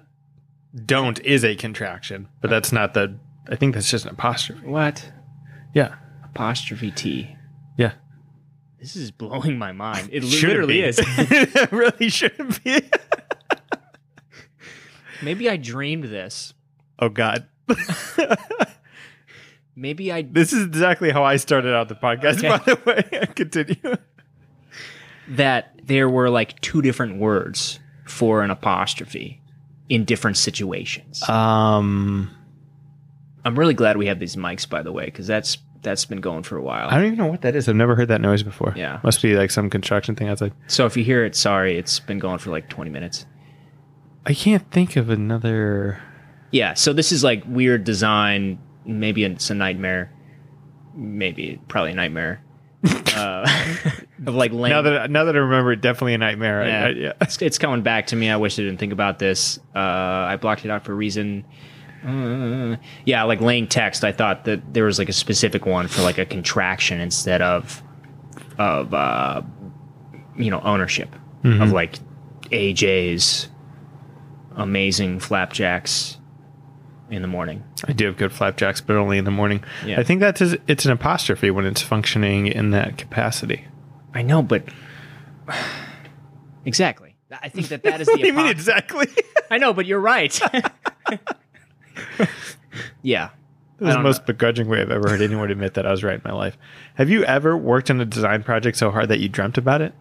S2: don't is a contraction, but that's not the. I think that's just an apostrophe.
S1: What
S2: Yeah,
S1: apostrophe T?
S2: yeah.
S1: This is blowing my mind. It
S2: Shouldn't
S1: literally
S2: be.
S1: is.
S2: it really shouldn't be.
S1: Maybe I dreamed this.
S2: Oh God.
S1: Maybe I
S2: This is exactly how I started out the podcast,
S1: Okay.
S2: by the way. Continue.
S1: that there were like two different words for an apostrophe in different situations.
S2: Uh, Um,
S1: I'm really glad we have these mics, by the way, because that's that's been going for a while.
S2: I don't even know what that is. I've never heard that noise before.
S1: Yeah.
S2: Must be like some construction thing outside.
S1: So if you hear it, sorry, it's been going for like 20 minutes.
S2: I can't think of another.
S1: Yeah. So this is like weird design. Maybe it's a nightmare. Maybe probably a nightmare. uh, of like lame.
S2: Now that now that I remember, it, definitely a nightmare. I-
S1: yeah.
S2: I- yeah.
S1: It's, it's coming back to me. I wish I didn't think about this. Uh, I blocked it out for a reason. Uh, yeah, like laying text. I thought that there was like a specific one for like a contraction instead of of uh, you know ownership
S2: Mm-hmm.
S1: of like AJ's amazing flapjacks in the morning.
S2: I do have good flapjacks, but only in the morning.
S1: Yeah.
S2: I think that's it's an apostrophe when it's functioning in that capacity.
S1: I know, but exactly. I think that that is the.
S2: what do you mean
S1: apo-
S2: exactly?
S1: I know, but you're right. yeah.
S2: That was
S1: I
S2: the
S1: don't
S2: most begrudging way I've ever heard anyone admit that I was right in my life. Have you ever worked on a design project so hard that you dreamt about it?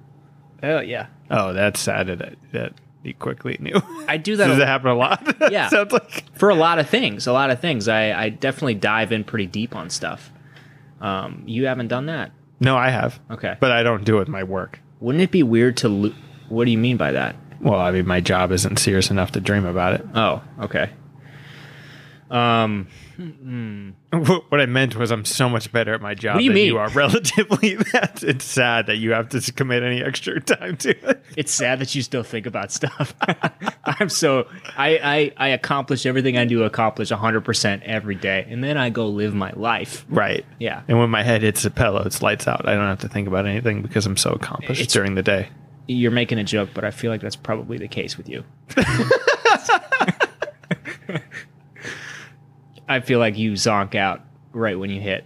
S1: Oh yeah,
S2: Oh, that's sad that, that you quickly knew.
S1: I do that.
S2: Does
S1: a-
S2: that happen a lot? That
S1: Yeah.
S2: Sounds like
S1: for a lot of things. A lot of things. I, I definitely dive in pretty deep on stuff. Um, you haven't done that.
S2: No, I have.
S1: Okay.
S2: But I don't do it with my work.
S1: Wouldn't it be weird to? Lo- what do you mean by that?
S2: Well, I mean, my job isn't serious enough to dream about it.
S1: Oh, okay.
S2: What what I meant was, I'm so much better at my job
S1: What do you
S2: than
S1: mean?
S2: you are relatively. That it's sad that you have to commit any extra time to it.
S1: It's sad that you still think about stuff. I'm so I, I I accomplish everything I do accomplish 100% every day, and then I go live my life.
S2: Right.
S1: Yeah.
S2: And when my head hits the pillow, it's lights out. I don't have to think about anything because I'm so accomplished
S1: It's-
S2: during the day.
S1: You're making a joke, but I feel like that's probably the case with you. I feel like you zonk out right when you hit.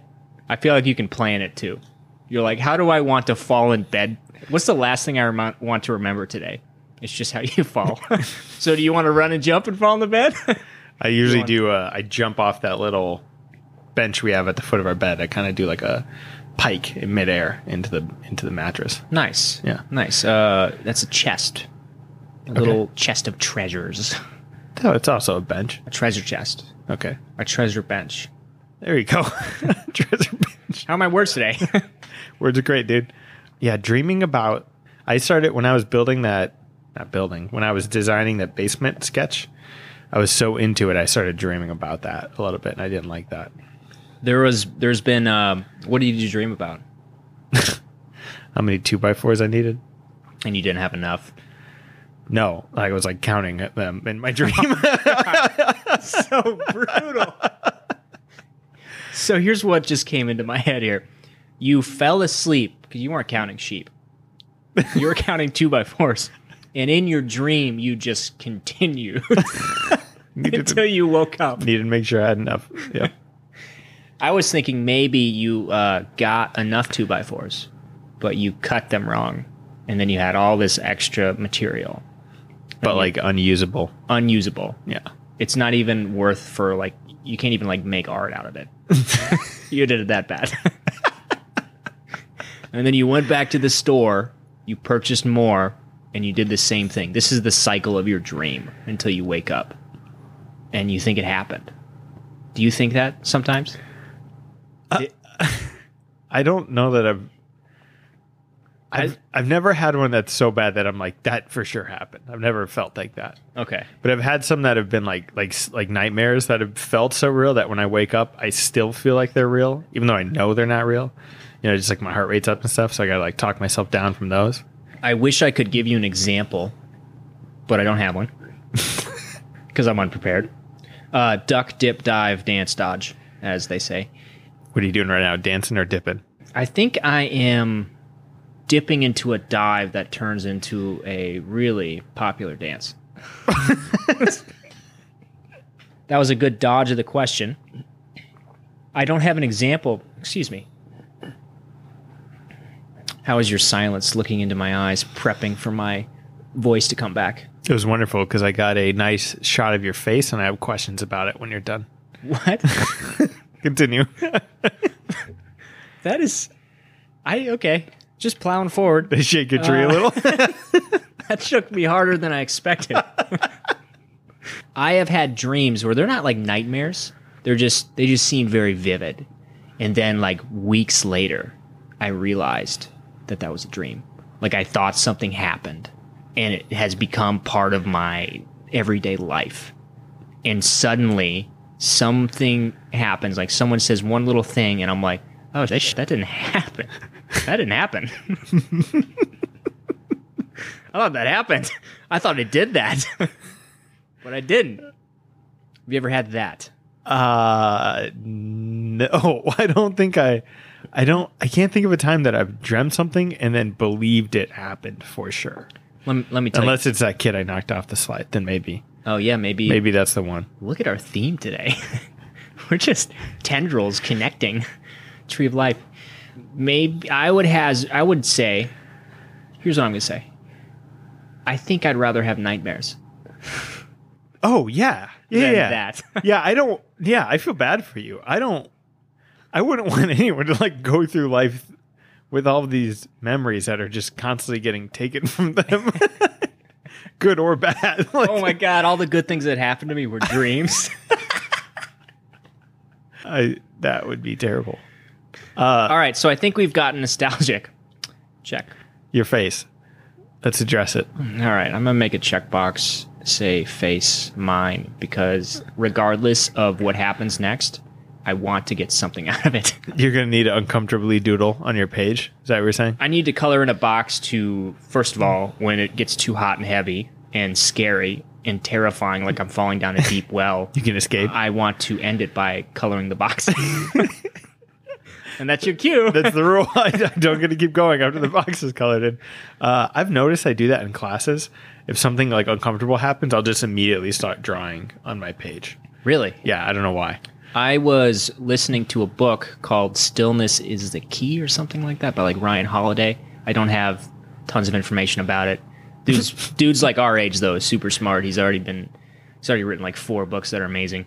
S1: I feel like you can plan it too. You're like, how do I want to fall in bed? What's the last thing I remo- want to remember today? It's just how you fall. so, do you want to run and jump and fall in the bed?
S2: I usually
S1: on.
S2: do. A, I jump off that little bench we have at the foot of our bed. I kind of do like a pike in midair into the into the mattress.
S1: nice.
S2: Yeah.
S1: Nice. Uh, that's a chest. A little chest of treasures.
S2: No, Oh, it's also a bench.
S1: A treasure chest.
S2: Okay.
S1: A treasure bench.
S2: There you go. Treasure bench.
S1: How are my words today?
S2: Words are great, dude. Yeah, dreaming about. I started when I was building that, not building, when I was designing that basement sketch. I was so into it, I started dreaming about that a little bit, and I didn't like that.
S1: There was, there's been. Um, what did you dream about?
S2: How many two by fours I needed?
S1: And you didn't have enough.
S2: No, I was like counting at them in my dream.
S1: So brutal. so here's what just came into my head here. You fell asleep because you weren't counting sheep. You were counting two by fours, and in your dream, you just continued
S2: needed,
S1: until
S2: to,
S1: you woke up.
S2: needed to make sure I had enough. Yeah,
S1: I was thinking maybe you uh, got enough two by fours, but you cut them wrong, and then you had all this extra material
S2: but like unusable.
S1: unusable.
S2: Yeah,
S1: it's not even worth for like you can't even like make art out of it. you did it that bad. and then you went back to the store, you purchased more, and you did the same thing. This is the cycle of your dream until you wake up and you think it happened. Do you think that sometimes?
S2: I don't know that I've. I've, I've never had one that's so bad that I'm like that for sure happened. I've never felt like that.
S1: Okay.
S2: But I've had some that have been like like like nightmares that have felt so real that when I wake up, I still feel like they're real, even though I know they're not real. You know, just like my heart rate's up and stuff, so I gotta like talk myself down from those.
S1: I wish I could give you an example, but I don't have one because I'm unprepared. Uh, duck, dip, dive, dance, dodge, as they say.
S2: What are you doing right now, dancing or dipping?
S1: I think I am dipping into a dive that turns into a really popular dance. that was a good dodge of the question. I don't have an example. Excuse me. How is your silence looking into my eyes, prepping for my voice to come back?
S2: It was wonderful because I got a nice shot of your face, and I have questions about it when you're done.
S1: What?
S2: Continue.
S1: that is. I. Okay. Just plowing forward.
S2: they shake your tree a little.
S1: that shook me harder than I expected. I have had dreams where they're not like nightmares. They're just they just seem very vivid. And then like weeks later, I realized that that was a dream. Like I thought something happened and it has become part of my everyday life. And suddenly something happens like someone says one little thing and I'm like, "Oh, that sh- that didn't happen. That didn't happen." I thought that happened. I thought it did that, but I didn't. Have you ever had that?
S2: Uh, no, I don't think I. I don't. I can't think of a time that I've dreamt something and then believed it happened for sure.
S1: Let me, let me tell
S2: Unless it's that kid I knocked off the slide, then maybe.
S1: you. Oh yeah, maybe,
S2: Maybe that's the one.
S1: Look at our theme today. We're just tendrils connecting. Tree of life. Maybe I would has I would say. Here's what I'm gonna say. I think I'd rather have nightmares.
S2: Oh yeah.
S1: than
S2: Yeah.
S1: that.
S2: yeah, I don't. Yeah, I feel bad for you. I don't. I wouldn't want anyone to like go through life with all these memories that are just constantly getting taken from them, good or bad. Like,
S1: oh my god, all the good things that happened to me were dreams.
S2: I, that would be terrible. Uh,
S1: all right, so I think we've gotten nostalgic. Check.
S2: your face. Let's address it.
S1: All right, I'm gonna make a checkbox say face mine because regardless of what happens next, I want to get something out of it.
S2: You're gonna need to uncomfortably doodle on your page. Is that what you're saying?
S1: I need to color in a box to, first of all, when it gets too hot and heavy and scary and terrifying, like I'm falling down a deep well,
S2: You can escape.
S1: I want to end it by coloring the box. and that's your cue.
S2: That's the rule. I don't get to keep going after the box is colored in. Uh, I've noticed I do that in classes. If something like uncomfortable happens, I'll just immediately start drawing on my page.
S1: really?
S2: Yeah, I don't know why.
S1: I was listening to a book called Stillness is the Key or something like that by like Ryan Holiday. I don't have tons of information about it. Dude's dude's like our age though, is super smart. He's already been he's already written like four books that are amazing.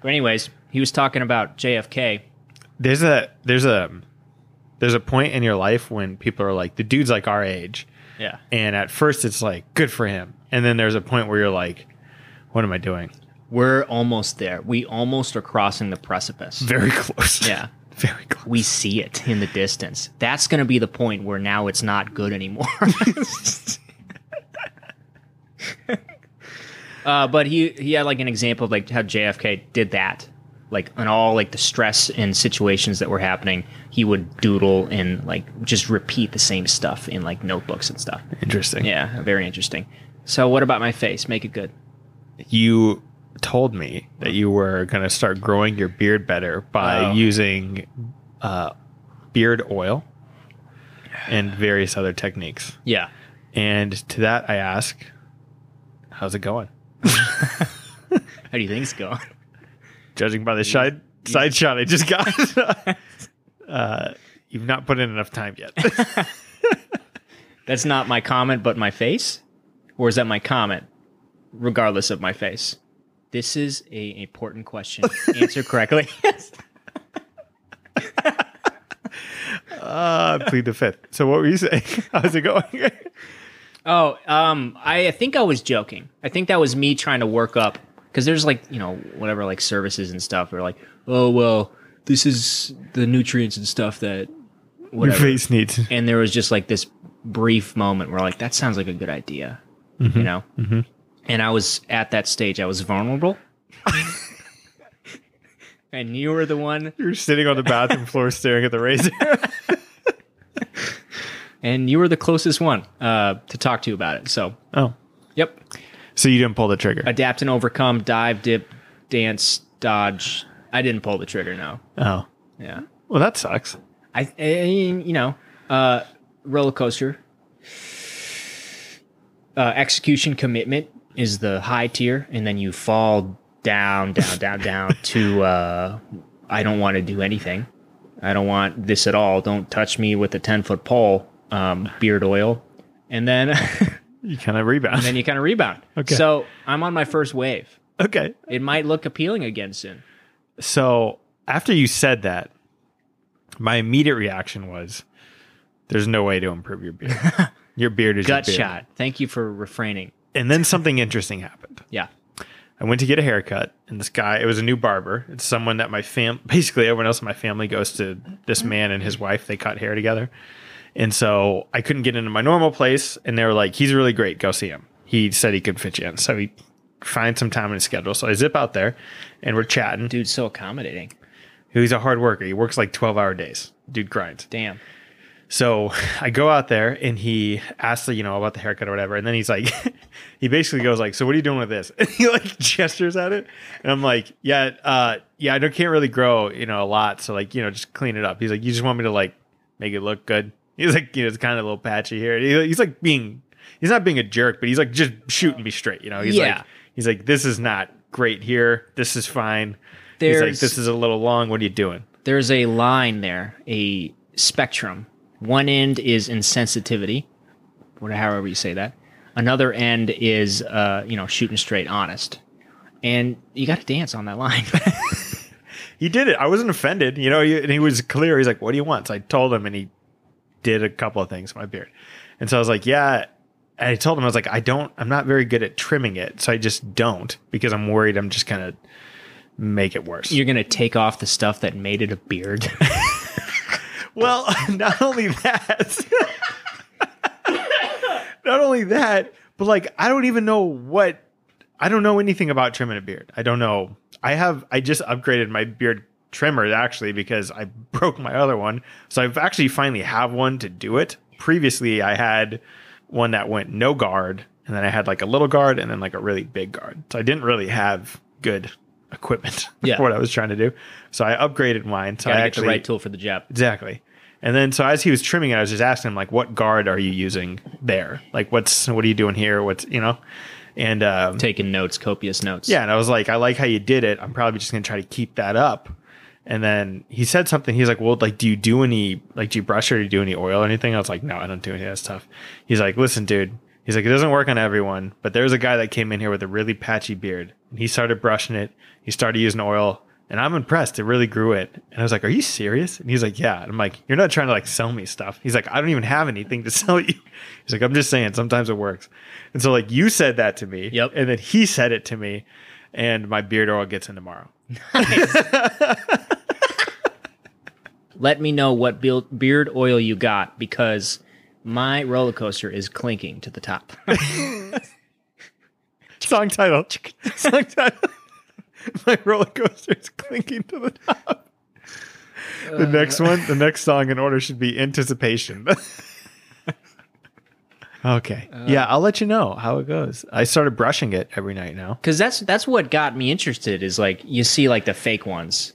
S1: But anyways, he was talking about JFK.
S2: There's a there's a there's a point in your life when people are like the dude's like our age,
S1: Yeah.
S2: and at first it's like good for him, and then there's a point where you're like, what am I doing?
S1: We're almost there. We almost are crossing the precipice.
S2: Very close.
S1: Yeah.
S2: very close.
S1: We see it in the distance. That's going to be the point where now it's not good anymore. uh, but he he had like an example of like how JFK did that, like on all like the stress and situations that were happening. He would doodle and like just repeat the same stuff in like notebooks and stuff.
S2: Interesting.
S1: Yeah, very interesting. So what about my face? Make it good.
S2: you told me that you were going to start growing your beard better by
S1: Oh.
S2: using uh, beard oil and various other techniques.
S1: Yeah.
S2: And to that, I ask, how's it going?
S1: How do you think it's going?
S2: Judging by the side, side shot I just got, uh, you've not put in enough time yet.
S1: That's not my comment, but my face? Or is that my comment, regardless of my face? This is a important question. Answer correctly.
S2: uh, plead the fifth. So, what were you saying? How's it going?
S1: oh, um, I think I was joking. I think that was me trying to work up because there's like you know whatever like services and stuff. They're like, oh well, this is the nutrients and stuff that
S2: Your
S1: whatever.
S2: face needs.
S1: And there was just like this brief moment where like that sounds like a good idea, you know.
S2: Mhm.
S1: And I was at that stage. I was vulnerable. and you were the one
S2: You're sitting on the bathroom floor staring at the razor.
S1: and you were the closest one uh, to talk to about it. So,
S2: oh.
S1: yep.
S2: So, you didn't pull the trigger.
S1: Adapt and overcome, dive, dip, dance, dodge. I didn't pull the trigger, no.
S2: oh.
S1: Yeah.
S2: Well, that sucks.
S1: I, I you know, uh, roller coaster. Uh, execution commitment is the high tier, and then you fall down, down, down, down to uh, I don't want to do anything. I don't want this at all. Don't touch me with a ten foot pole. Um, beard oil, and then
S2: You kind of
S1: and
S2: rebound.
S1: then you kind of rebound.
S2: Okay.
S1: So I'm on my first wave.
S2: okay.
S1: It might look appealing again soon.
S2: So after you said that, my immediate reaction was, "There's no way to improve your beard. your beard is your
S1: Gut
S2: beard."
S1: shot. Thank you for refraining.
S2: And then something interesting happened.
S1: Yeah.
S2: I went to get a haircut, and this guy, it was a new barber. It's someone that my fam, basically everyone else in my family goes to this man and his wife. They cut hair together. And so I couldn't get into my normal place. And they were like, he's really great. Go see him. He said he could fit you in. So he finds some time in his schedule. So I zip out there and we're chatting.
S1: Dude, so accommodating.
S2: He's a hard worker. He works like 12 hour days. Dude grinds.
S1: Damn.
S2: So I go out there and he asks, you know, about the haircut or whatever. And then he's like, he basically goes like, so what are you doing with this? And he like gestures at it. And I'm like, yeah, uh, yeah, I don't, can't really grow, you know, a lot. So like, you know, just clean it up. He's like, you just want me to like make it look good. He's like, you know, it's kind of a little patchy here. And he- he's like being, he's not being a jerk, but he's like just shooting me straight. You know, he's
S1: Yeah.
S2: like, he's like, this is not great here. This is fine. he's like,
S1: There's-
S2: this is a little long. What are you doing?
S1: there's a line there, a spectrum. One end is insensitivity, whatever, however you say that. Another end is, uh, you know, shooting straight, honest. and you got to dance on that line.
S2: He did it. I wasn't offended, you know. He, and he was clear. He's like, "What do you want?" So I told him, and he did a couple of things to my beard. And so I was like, "Yeah." And I told him, I was like, "I don't. I'm not very good at trimming it, so I just don't because I'm worried I'm just gonna make it worse."
S1: You're gonna take off the stuff that made it a beard.
S2: Well, not only that, not only that, but like I don't even know what I don't know anything about trimming a beard. I don't know. I have I just upgraded my beard trimmer actually because I broke my other one, so I've actually finally have one to do it. Previously, I had one that went no guard, and then I had like a little guard, and then like a really big guard. So I didn't really have good equipment
S1: Yeah.
S2: for what I was trying to do. So I upgraded mine. So
S1: Gotta
S2: I
S1: get
S2: actually
S1: the right tool for the job.
S2: Exactly. And then so as he was trimming it, I was just asking him like, "What guard are you using there? Like, what's what are you doing here? What's you know?" And um,
S1: Taking notes, copious notes.
S2: yeah, and I was like, "I like how you did it. I'm probably just gonna try to keep that up." And then he said something. He's like, "Well, like, do you do any like do you brush or do you do any oil or anything?" I was like, "No, I don't do any of that stuff." He's like, "Listen, dude." He's like, "It doesn't work on everyone, but there's a guy that came in here with a really patchy beard, and he started brushing it. He started using oil." And I'm impressed. It really grew it. And I was like, Are you serious? And he's like, Yeah. And I'm like, You're not trying to like sell me stuff. He's like, I don't even have anything to sell you. He's like, I'm just saying, sometimes it works. And so, like, you said that to me.
S1: Yep.
S2: And then he said it to me. And my beard oil gets in tomorrow.
S1: Let me know what beal- beard oil you got because my roller coaster is clinking to the top.
S2: Song title. Song title. my roller coaster is clinking to the top. The next one, the next song in order should be Anticipation. okay. yeah, I'll let you know how it goes. I started brushing it every night now.
S1: Because that's that's what got me interested is like you see like the fake ones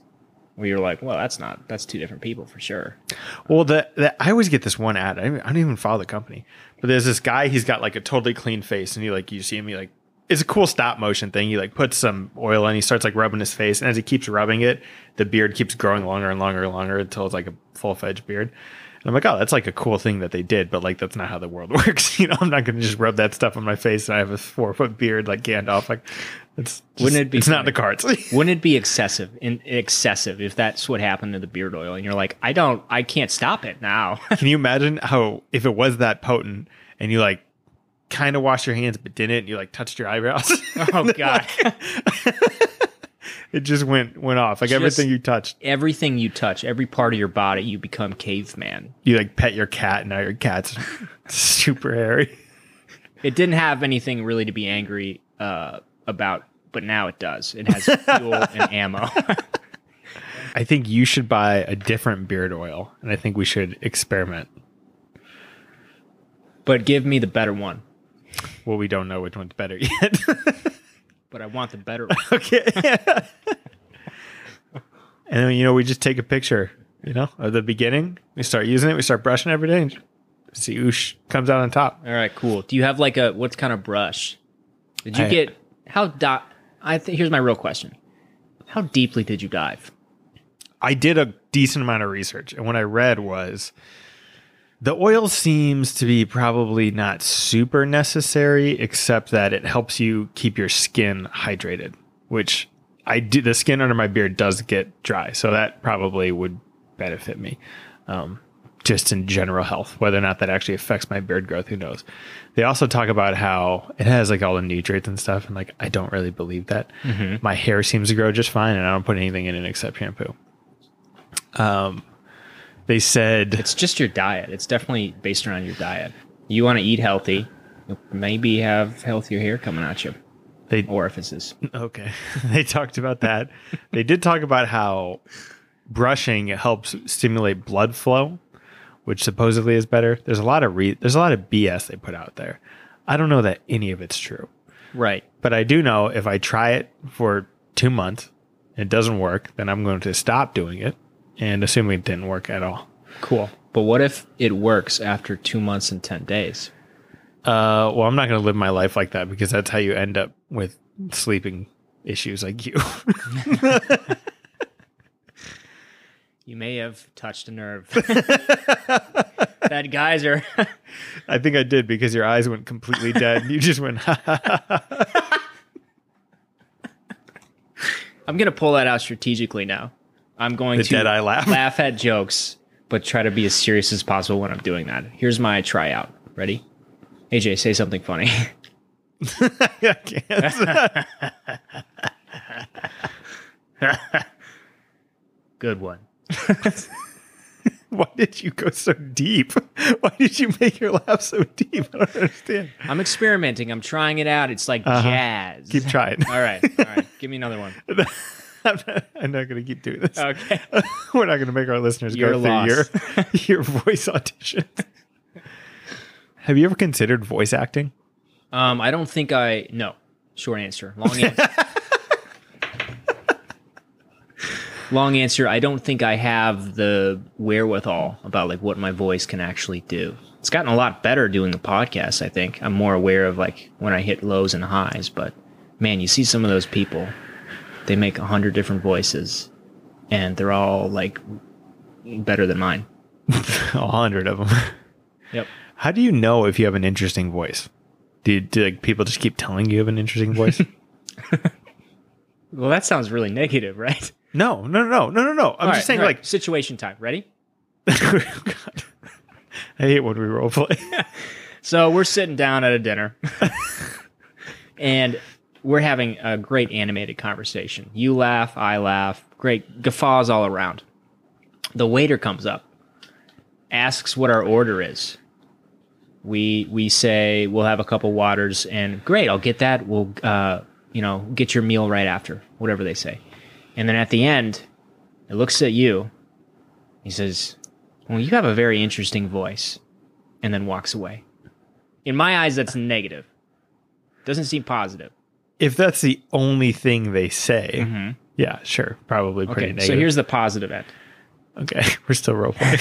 S1: where you're like, well, that's not that's two different people for sure.
S2: Well, the, the I always get this one ad. I don't, even- I don't even follow the company, but there's this guy. He's got like a totally clean face, and he like you see him. He like it's a cool stop motion thing. He like puts some oil and he starts like rubbing his face, and as he keeps rubbing it, the beard keeps growing longer and longer and longer until it's like a full fledged beard. And I'm like, oh, that's like a cool thing that they did, but like that's not how the world works. you know, I'm not going to just rub that stuff on my face and I have a four foot beard like Gandalf. Like, it's just,
S1: Wouldn't it be
S2: It's not in the cards.
S1: Wouldn't it be excessive in excessive if that's what happened to the beard oil and you're like, I don't I can't stop it now.
S2: Can you imagine how if it was that potent and you like kind of washed your hands but didn't, and you like touched your eyebrows?
S1: oh god.
S2: it just went went off. Like everything you touched,
S1: Everything you touch, every part of your body, you become caveman.
S2: you like pet your cat, and now your cat's super hairy.
S1: It didn't have anything really to be angry uh, about, but now it does. It has fuel and ammo.
S2: I think you should buy a different beard oil, and I think we should experiment.
S1: but give me the better one.
S2: Well, we don't know which one's better yet.
S1: But I want the better one.
S2: okay. and then you know we just take a picture, you know, of the beginning. We start using it. We start brushing every day. And see who sh- comes out on top.
S1: All right, cool. Do you have like a what kind of brush? Did you
S2: I-
S1: get how di- I think here's my real question. How deeply did you dive?
S2: I did a decent amount of research, and what I read was the oil seems to be probably not super necessary, except that it helps you keep your skin hydrated, which I do. The skin under my beard does get dry, so that probably would benefit me. Um, just in general health, whether or not that actually affects my beard growth, who knows? They also talk about how it has like all the nutrients and stuff, and like I don't really believe that. My hair seems to grow just fine, and I don't put anything in it except shampoo they said
S1: It's just your diet. It's definitely based around your diet. You want to eat healthy, you'll maybe have healthier hair coming at you,
S2: they
S1: orifices.
S2: okay they talked about that they did talk about how brushing helps stimulate blood flow which supposedly is better there's a lot of re- there's a lot of bs they put out there i don't know that any of it's true
S1: Right.
S2: but i do know if i try it for 2 months and it doesn't work then i'm going to stop doing it and assume it didn't work at all
S1: Cool. But what if it works after two months and 10 days?
S2: Uh, well, I'm not going to live my life like that because that's how you end up with sleeping issues like you.
S1: You may have touched a nerve. that geyser.
S2: I think I did because your eyes went completely dead. and You just went.
S1: I'm going to pull that out strategically now. I'm going
S2: The
S1: to
S2: dead eye laugh.
S1: laugh at jokes, but try to be as serious as possible when I'm doing that. Here's my tryout. Ready? AJ, say something funny.
S2: I can't.
S3: Good one.
S2: Why did you go so deep? Why did you make your laugh so deep? I don't understand.
S1: I'm experimenting. I'm trying it out. It's like
S2: Uh-huh.
S1: jazz.
S2: Keep trying.
S1: all right. All right. Give me another one.
S2: I'm not, going to keep doing this.
S1: Okay.
S2: We're not going to make our listeners
S1: You're
S2: go through your your voice audition. Have you ever considered voice acting?
S1: Um, I don't think I. No. Short answer. Long answer. Long answer. I don't think I have the wherewithal about like what my voice can actually do. It's gotten a lot better doing the podcast. I think I'm more aware of like when I hit lows and highs. But man, you see some of those people. They make a hundred different voices, and they're all like better than mine.
S2: A hundred of them.
S1: Yep.
S2: How do you know if you have an interesting voice? Do, you, do like people just keep telling you have an interesting voice?
S1: Well, that sounds really negative, right?
S2: no, no, no, no, no, no.
S1: All
S2: I'm just
S1: right,
S2: saying,
S1: all right.
S2: like,
S1: situation time. Ready?
S2: God. I hate when we role play.
S1: So we're sitting down at a dinner and we're having a great animated conversation. You laugh, I laugh, great guffaws all around. The waiter comes up, asks what our order is. We we say we'll have a couple waters and great, I'll get that. We'll uh, you know, get your meal right after, whatever they say. And then at the end, it looks at you. He says, "Well, you have a very interesting voice." And then walks away. In my eyes, that's negative. Doesn't seem positive.
S2: if that's the only thing they say,
S1: Mhm.
S2: yeah, sure, probably pretty
S1: Okay, so
S2: negative.
S1: here's the positive end.
S2: okay, we're still role playing.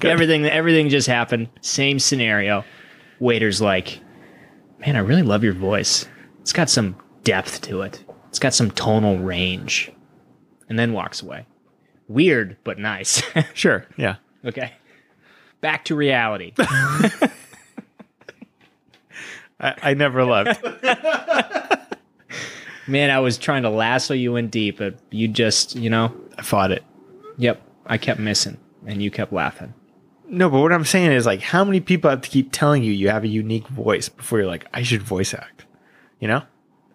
S2: Good.
S1: Everything, everything just happened. Same scenario. Waiter's like, "Man, I really love your voice. It's got some depth to it. It's got some tonal range." And then walks away. Weird, but nice.
S2: sure, yeah.
S1: okay. Back to reality.
S2: I, I never left.
S1: Man, I was trying to lasso you in deep, but you just, you know,
S2: I fought it.
S1: yep, I kept missing and you kept laughing.
S2: No, but what I'm saying is like, how many people have to keep telling you you have a unique voice before you're like, I should voice act? You know?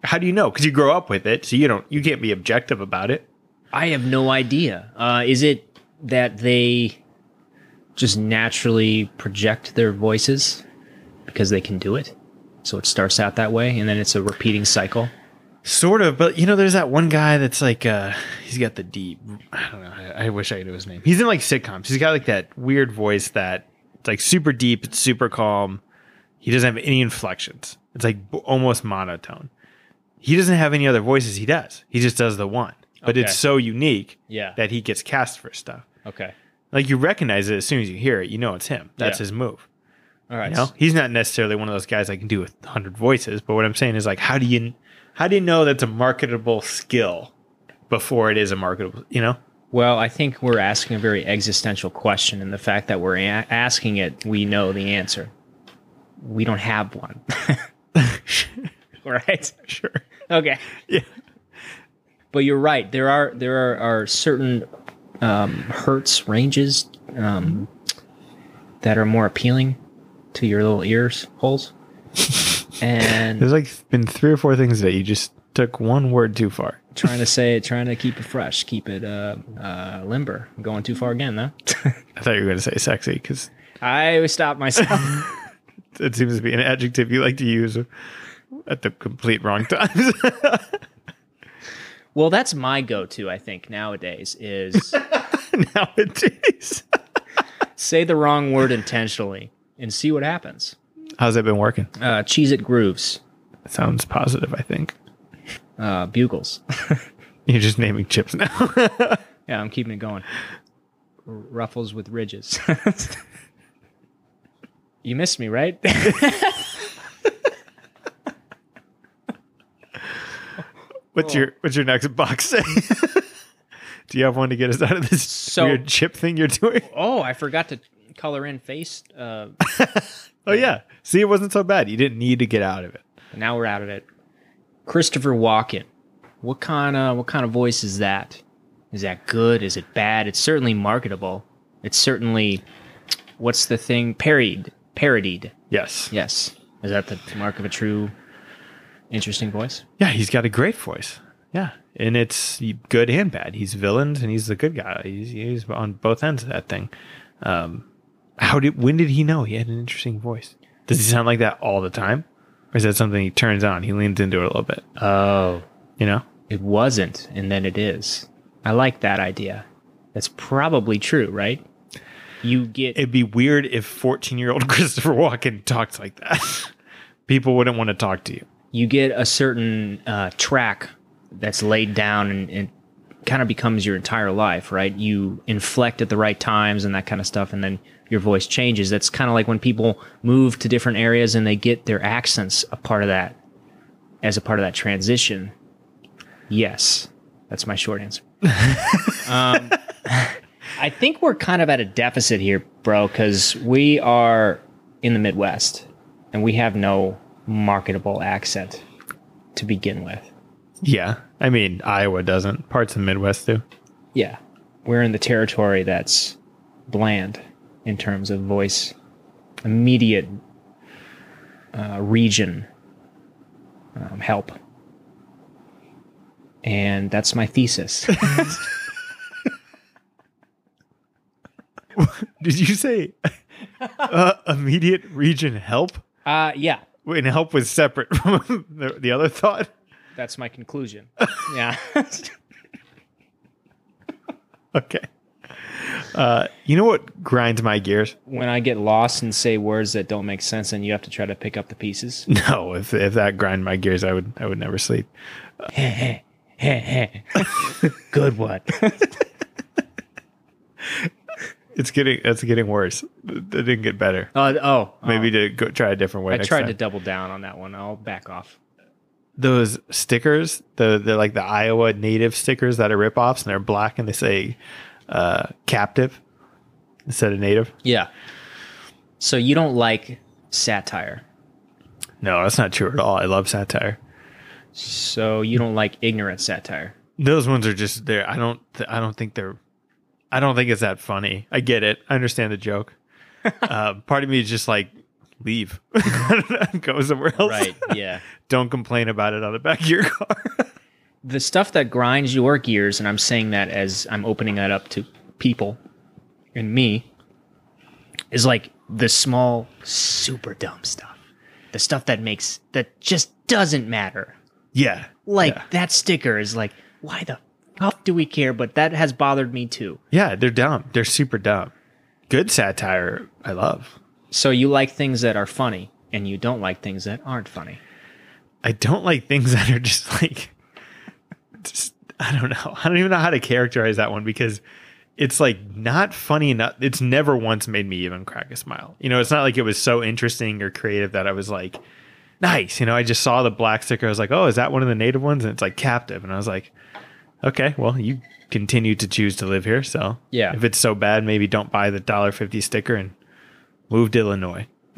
S2: How do you know? Because you grow up with it, so you don't. You can't be objective about it.
S1: I have no idea. Uh, is it that they just naturally project their voices because they can do it? So it starts out that way, and then it's a repeating cycle.
S2: Sort of, but you know, there's that one guy that's like, uh, he's got the deep. I don't know. I, I wish I knew his name. He's in like sitcoms. He's got like that weird voice that it's like super deep, it's super calm. He doesn't have any inflections. It's like b- almost monotone. He doesn't have any other voices. He does. He just does the one, but
S1: Okay.
S2: it's so unique
S1: Yeah.
S2: that he gets cast for stuff.
S1: Okay.
S2: Like you recognize it as soon as you hear it. You know it's him. That's
S1: Yeah.
S2: his move.
S1: All right.
S2: You know, he's not necessarily one of those guys that can do with hundred voices. But what I'm saying is like, how do you, how do you know that's a marketable skill before it is a marketable? You know,
S1: Well, I think we're asking a very existential question, and the fact that we're a- asking it, we know the answer. We don't have one. right.
S2: sure,
S1: Okay.
S2: yeah,
S1: but you're right. There are there are, are certain um, hertz ranges um, that are more appealing to your little ears holes. And
S2: there's like been three or four things that you just took one word too far.
S1: trying to say it, trying to keep it fresh, keep it uh, uh, limber. I'm going too far again, though.
S2: I thought you were going to say sexy because
S1: I stopped myself.
S2: it seems to be an adjective you like to use at the complete wrong times.
S1: well, that's my go-to. I think nowadays is
S2: Nowadays,
S1: say the wrong word intentionally and see what happens.
S2: how's that been working?
S1: Uh, Cheese it grooves,
S2: Sounds positive. I think
S1: uh, bugles.
S2: you're just naming chips now.
S1: Yeah, I'm keeping it going. R- Ruffles with ridges. you missed me, right?
S2: What's your what's your next box say? Do you have one to get us out of this
S1: So-
S2: weird chip thing you're doing?
S1: oh, I forgot to color in face. Uh,
S2: Oh yeah. See, it wasn't so bad. You didn't need to get out of it.
S1: now we're out of it. Christopher Walken What kind of what kind of voice is that? Is that good? Is it bad? It's certainly marketable. It's certainly what's the thing parried, parodied.
S2: Yes.
S1: Yes, is that the mark of a true, interesting voice?
S2: Yeah, he's got a great voice. Yeah, and it's good and bad. He's villains and he's the good guy. He's, he's on both ends of that thing. Um, how did when did he know he had an interesting voice? Does he sound like that all the time, or is that something he turns on? He leans into it a little bit.
S1: Oh,
S2: You know?
S1: it wasn't, and then it is. I like that idea. That's probably true, right? You get
S2: It'd be weird if 14 year old Christopher Walken talked like that. People wouldn't want to talk to you.
S1: you get a certain uh, track that's laid down and, and kind of becomes your entire life, right? You inflect at the right times and that kind of stuff, and then your voice changes. That's kind of like when people move to different areas and they get their accents a part of that, as a part of that transition. Yes, that's my short answer. um, I think we're kind of at a deficit here, bro, because we are in the Midwest and we have no marketable accent to begin with.
S2: Yeah. I mean, Iowa doesn't. Parts of the Midwest do.
S1: Yeah. We're in the territory that's bland in terms of voice, immediate uh, region um, help. And that's my thesis.
S2: Did you say uh, immediate region help?
S1: uh, yeah,
S2: And help was separate from the, the other thought.
S1: that's my conclusion. Yeah.
S2: Okay. Uh, you know what grinds my gears?
S1: when I get lost and say words that don't make sense and you have to try to pick up the pieces.
S2: No, if if that grind my gears, I would I would never sleep.
S1: Good one.
S2: It's getting that's getting worse. It didn't get better.
S1: Uh, oh,
S2: Maybe to go try a different way.
S1: I
S2: next
S1: tried
S2: time.
S1: to double down on that one. I'll back off.
S2: those stickers, the they're like the Iowa native stickers that are ripoffs and they're black and they say uh, captive instead of native.
S1: Yeah. So you don't like satire.
S2: No, that's not true at all. I love satire.
S1: So you don't like ignorant satire.
S2: Those ones are just there. I don't th- I don't think they're I don't think it's that funny. I get it. I understand the joke. uh, part of me is just like leave, go somewhere else.
S1: Yeah.
S2: don't complain about it on the back of your car.
S1: the stuff that grinds your gears, and I'm saying that as I'm opening that up to people and me, is like the small, super dumb stuff. The stuff that makes, that just doesn't matter.
S2: yeah,
S1: Like
S2: Yeah.
S1: that sticker is like, why the fuck do we care? But that has bothered me too.
S2: yeah. They're dumb. They're super dumb. Good satire. I love.
S1: So you like things that are funny, and you don't like things that aren't funny.
S2: I don't like things that are just like just I don't know. I don't even know how to characterize that one because it's like not funny enough. It's never once made me even crack a smile. You know, it's not like it was so interesting or creative that I was like, nice. You know, I just saw the black sticker. I was like, oh, is that one of the native ones? And it's like captive. And I was like, okay, well, you continue to choose to live here. So
S1: Yeah.
S2: if it's so bad, maybe don't buy the dollar fifty sticker and move to Illinois.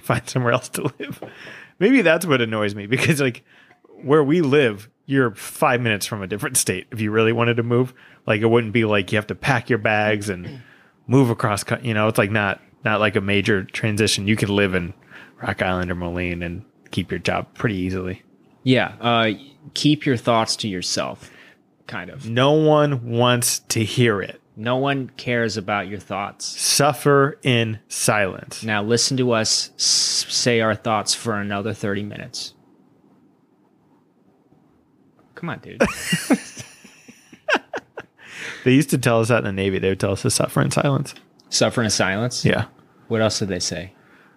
S2: Find somewhere else to live. Maybe that's what annoys me because like where we live, you're five minutes from a different state. If you really wanted to move, like it wouldn't be like you have to pack your bags and move across. co- You know, it's like not not like a major transition. You can live in Rock Island or Moline and keep your job pretty easily.
S1: Yeah. Uh, keep your thoughts to yourself, kind of.
S2: No one wants to hear it.
S1: No one cares about your thoughts.
S2: Suffer in silence.
S1: Now listen to us s- say our thoughts for another 30 minutes. Come on, dude.
S2: They used to tell us that in the Navy. They would tell us to suffer in silence.
S1: Suffer in silence.
S2: Yeah.
S1: What else did they say?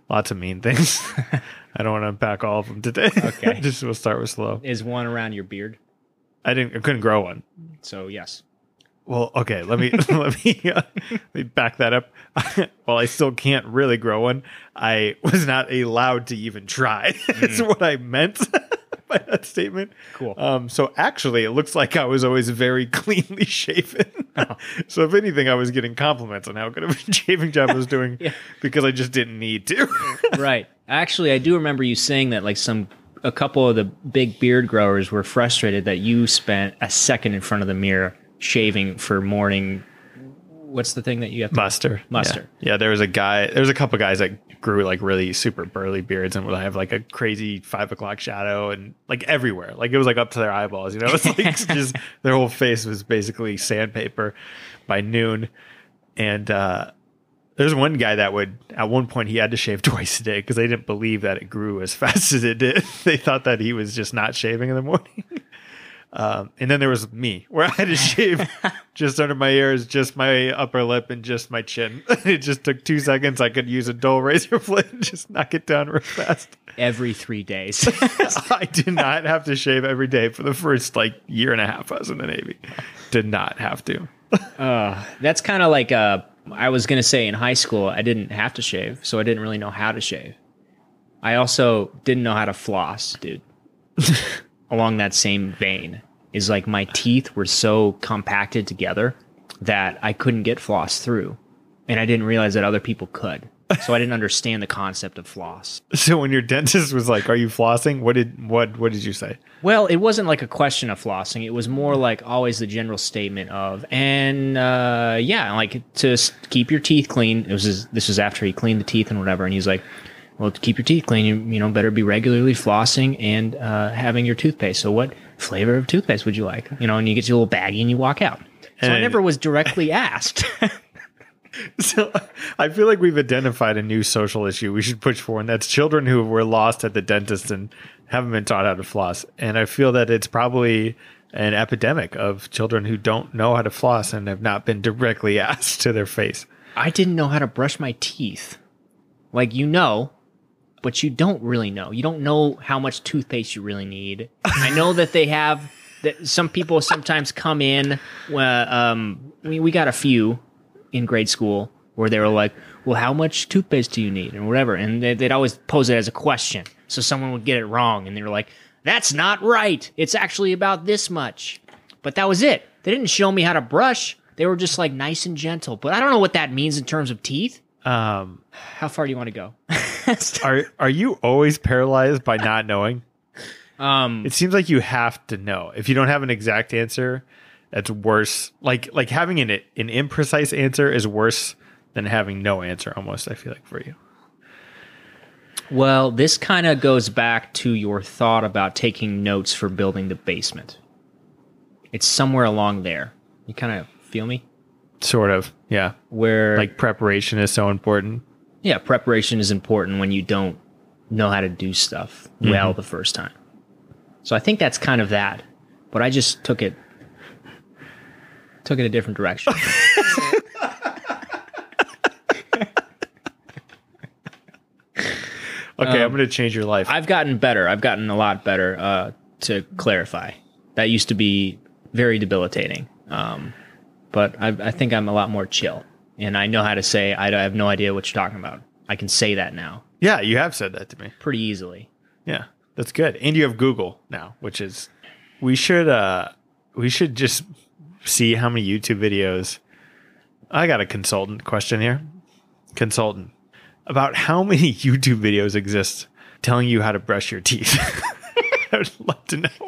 S2: Lots of mean things. I don't want to unpack all of them today.
S1: Okay.
S2: Just we'll start with slow.
S1: Is one around your beard?
S2: I didn't I couldn't grow one.
S1: So yes.
S2: Well, okay, let me let me uh, let me back that up. While I still can't really grow one, I was not allowed to even try. That's what I meant by that statement.
S1: Mm. Cool.
S2: Um, so actually, it looks like I was always very cleanly shaven.
S1: Oh.
S2: so if anything, I was getting compliments on how good of a shaving job I was doing
S1: Yeah.
S2: because I just didn't need to.
S1: right. Actually, I do remember you saying that like some a couple of the big beard growers were frustrated that you spent a second in front of the mirror shaving for morning. What's the thing that you have to
S2: Muster.
S1: Muster.
S2: Yeah. yeah, there was a guy, there was a couple guys that grew like really super burly beards and would have like a crazy five o'clock shadow and like everywhere. Like it was like up to their eyeballs, you know? It's like just their whole face was basically sandpaper by noon. And uh, there's one guy that would, at one point, he had to shave twice a day because they didn't believe that it grew as fast as it did. they thought that he was just not shaving in the morning. Um, and then there was me, where I had to shave just under my ears, just my upper lip, and just my chin. it just took two seconds. I could use a dull razor blade and just knock it down real fast.
S1: every three days?
S2: I did not have to shave every day for the first like year and a half I was in the Navy. Did not have to.
S1: Uh, that's kind of like uh, I was gonna say in high school I didn't have to shave, so I didn't really know how to shave. I also didn't know how to floss, dude. Along that same vein is like my teeth were so compacted together that I couldn't get floss through, and I didn't realize that other people could. So I didn't understand the concept of floss.
S2: So when your dentist was like, "Are you flossing?" What did what what did you say?
S1: Well, it wasn't like a question of flossing. It was more like always the general statement of, and uh, yeah, like to s- keep your teeth clean. It was his, this was after he cleaned the teeth and whatever, and he's like, well, to keep your teeth clean, you, you know, better be regularly flossing and uh, having your toothpaste. So, what flavor of toothpaste would you like? You know, and you get your little baggie and you walk out. So I
S2: And-
S1: never was directly asked.
S2: So I feel like we've identified a new social issue we should push for, and that's children who were lost at the dentist and haven't been taught how to floss. And I feel that it's probably an epidemic of children who don't know how to floss and have not been directly asked to their face.
S1: I didn't know how to brush my teeth. Like you know, but you don't really know. You don't know how much toothpaste you really need. I know that they have that some people sometimes come in. Well, um, we we got a few in grade school where they were like, "Well, how much toothpaste do you need?" and whatever, and they, they'd always pose it as a question. So someone would get it wrong, and they were like, "That's not right. It's actually about this much." But that was it. They didn't show me how to brush. They were just like nice and gentle. But I don't know what that means in terms of teeth.
S2: Um,
S1: How far do you want to go?
S2: are are you always paralyzed by not knowing?
S1: um,
S2: It seems like you have to know. If you don't have an exact answer, that's worse. Like like having an an imprecise answer is worse than having no answer. Almost, I feel like for you.
S1: Well, this kind of goes back to your thought about taking notes for building the basement. It's somewhere along there. You kind of feel me?
S2: Sort of, yeah.
S1: Where
S2: like preparation is so important.
S1: yeah, preparation is important when you don't know how to do stuff well the first time. So I think that's kind of that. But I just took it took it a different direction.
S2: Okay, I'm going to change your life.
S1: I've gotten better. I've gotten a lot better. Uh, to clarify, that used to be very debilitating. Um, but I, I think I'm a lot more chill, and I know how to say I, don't- I have no idea what you're talking about. I can say that now
S2: yeah, you have said that to me.
S1: pretty easily.
S2: Yeah, that's good. And you have Google now, which is we should uh we should just see how many YouTube videos. I got a consultant question here. Consultant about how many YouTube videos exist telling you how to brush your teeth. I would love to know.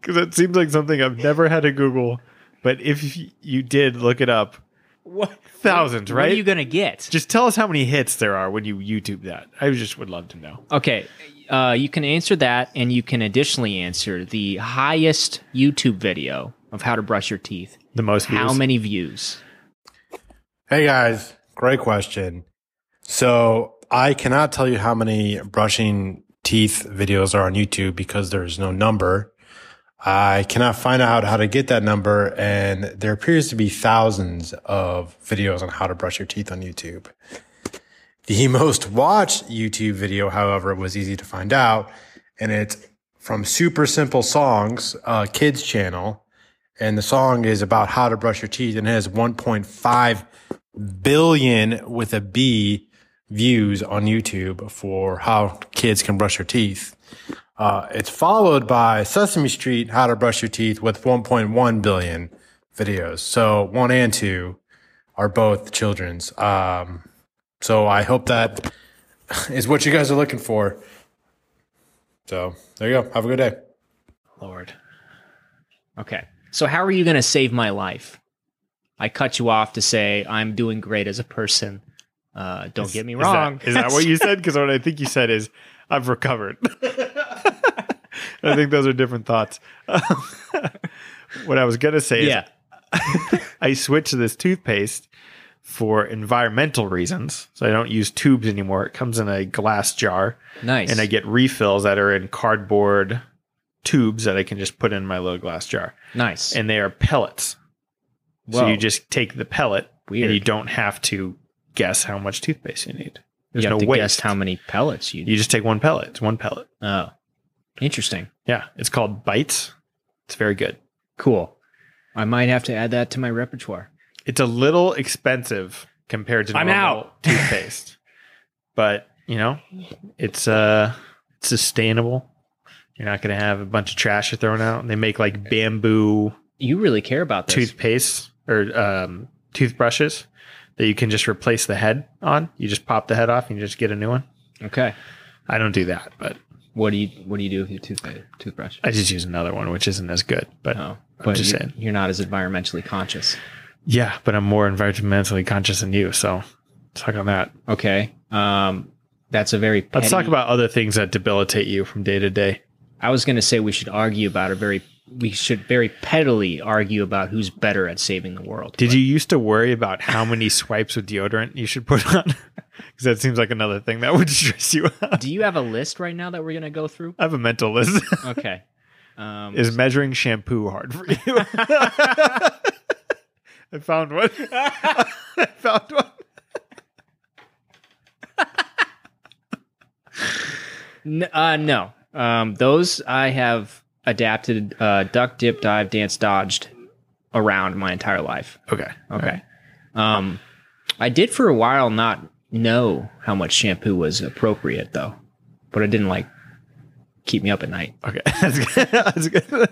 S2: Because it seems like something I've never had to Google, but if you did look it up,
S1: What
S2: thousands,
S1: What
S2: right?
S1: are you gonna get?
S2: Just tell us how many hits there are when you YouTube that. I just would love to know.
S1: Okay, uh, you can answer that, and you can additionally answer the highest YouTube video of how to brush your teeth.
S2: The most views.
S1: How many views?
S3: Hey guys, great question. So I cannot tell you how many brushing teeth videos are on YouTube because there is no number. I cannot find out how to get that number, and there appears to be thousands of videos on how to brush your teeth on YouTube. The most watched YouTube video, however, was easy to find out, and it's from Super Simple Songs, uh, kids channel, and the song is about how to brush your teeth, and it has 1.5 billion with a B views on YouTube for how kids can brush their teeth. Uh, it's followed by Sesame Street, How to Brush Your Teeth with 1.1 billion videos. So one and two are both children's. Um, so I hope that is what you guys are looking for. So there you go. Have a good day.
S1: Lord. Okay. So how are you going to save my life? I cut you off to say I'm doing great as a person. Uh, don't get me
S2: Is that-
S1: wrong.
S2: Is that what you said? Because what I think you said is, I've recovered. I think those are different thoughts. what I was going to say is,
S1: yeah.
S2: I switched to this toothpaste for environmental reasons. So I don't use tubes anymore. It comes in a glass jar
S1: Nice.
S2: and I get refills that are in cardboard tubes that I can just put in my little glass jar.
S1: nice.
S2: And they are pellets. So
S1: Whoa.
S2: you just take the pellet
S1: Weird.
S2: and you don't have to guess how much toothpaste you need. There's
S1: you
S2: no
S1: have to
S2: waste.
S1: guess how many pellets you.
S2: you just take one pellet. It's one pellet.
S1: oh, interesting.
S2: Yeah. It's called bites. It's very good.
S1: Cool. I might have to add that to my repertoire.
S2: It's a little expensive compared to
S1: I'm
S2: normal
S1: out.
S2: toothpaste. but, you know, it's uh it's sustainable. You're not going to have a bunch of trash you're throwing out. They make like bamboo
S1: You really care about this.
S2: toothpaste or um, toothbrushes that you can just replace the head on. You just pop the head off and you just get a new one.
S1: Okay.
S2: I don't do that, but
S1: What do you What do you do with your toothpaste toothbrush?
S2: I just use another one, which isn't as good. But
S1: Oh, but
S2: just
S1: you're,
S2: saying.
S1: you're not as environmentally conscious.
S2: yeah, but I'm more environmentally conscious than you, so talk on that.
S1: Okay. Um, that's a very.
S2: Let's talk
S1: petty-
S2: about other things that debilitate you from day to day.
S1: I was going to say we should argue about a very. We should very pettily argue about who's better at saving the world.
S2: Did you used to worry about how many swipes of deodorant you should put on? Because that seems like another thing that would stress you out.
S1: Do you have a list right now that we're going to go through?
S2: I have a mental list.
S1: Okay. Um,
S2: Is measuring shampoo hard for you? I found one. I found one.
S1: N- uh, no. Um, those I have adapted, uh, duck, dip, dive, dance, dodged around my entire life.
S2: Okay.
S1: Okay. Um, I did for a while not know how much shampoo was appropriate though, but it didn't like keep me up at night.
S2: Okay. That's good. That's good.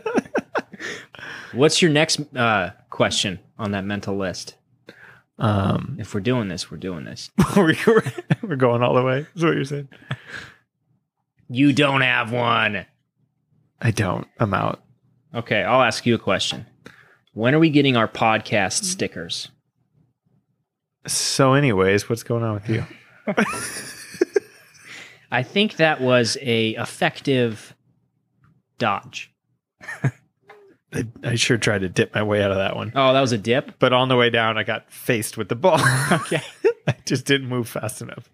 S1: What's your next uh, question on that mental list?
S2: Um,
S1: If we're doing this, we're doing this.
S2: we're, we're- we're going all the way. Is what you're saying?
S1: You don't have one.
S2: I don't. I'm out.
S1: Okay, I'll ask you a question. When are we getting our podcast stickers?
S2: So, anyways, what's going on with you?
S1: I think that was a effective dodge.
S2: I, I sure tried to dip my way out of that one,
S1: Oh, that was a dip.
S2: but on the way down, I got faced with the ball.
S1: Okay.
S2: I just didn't move fast enough.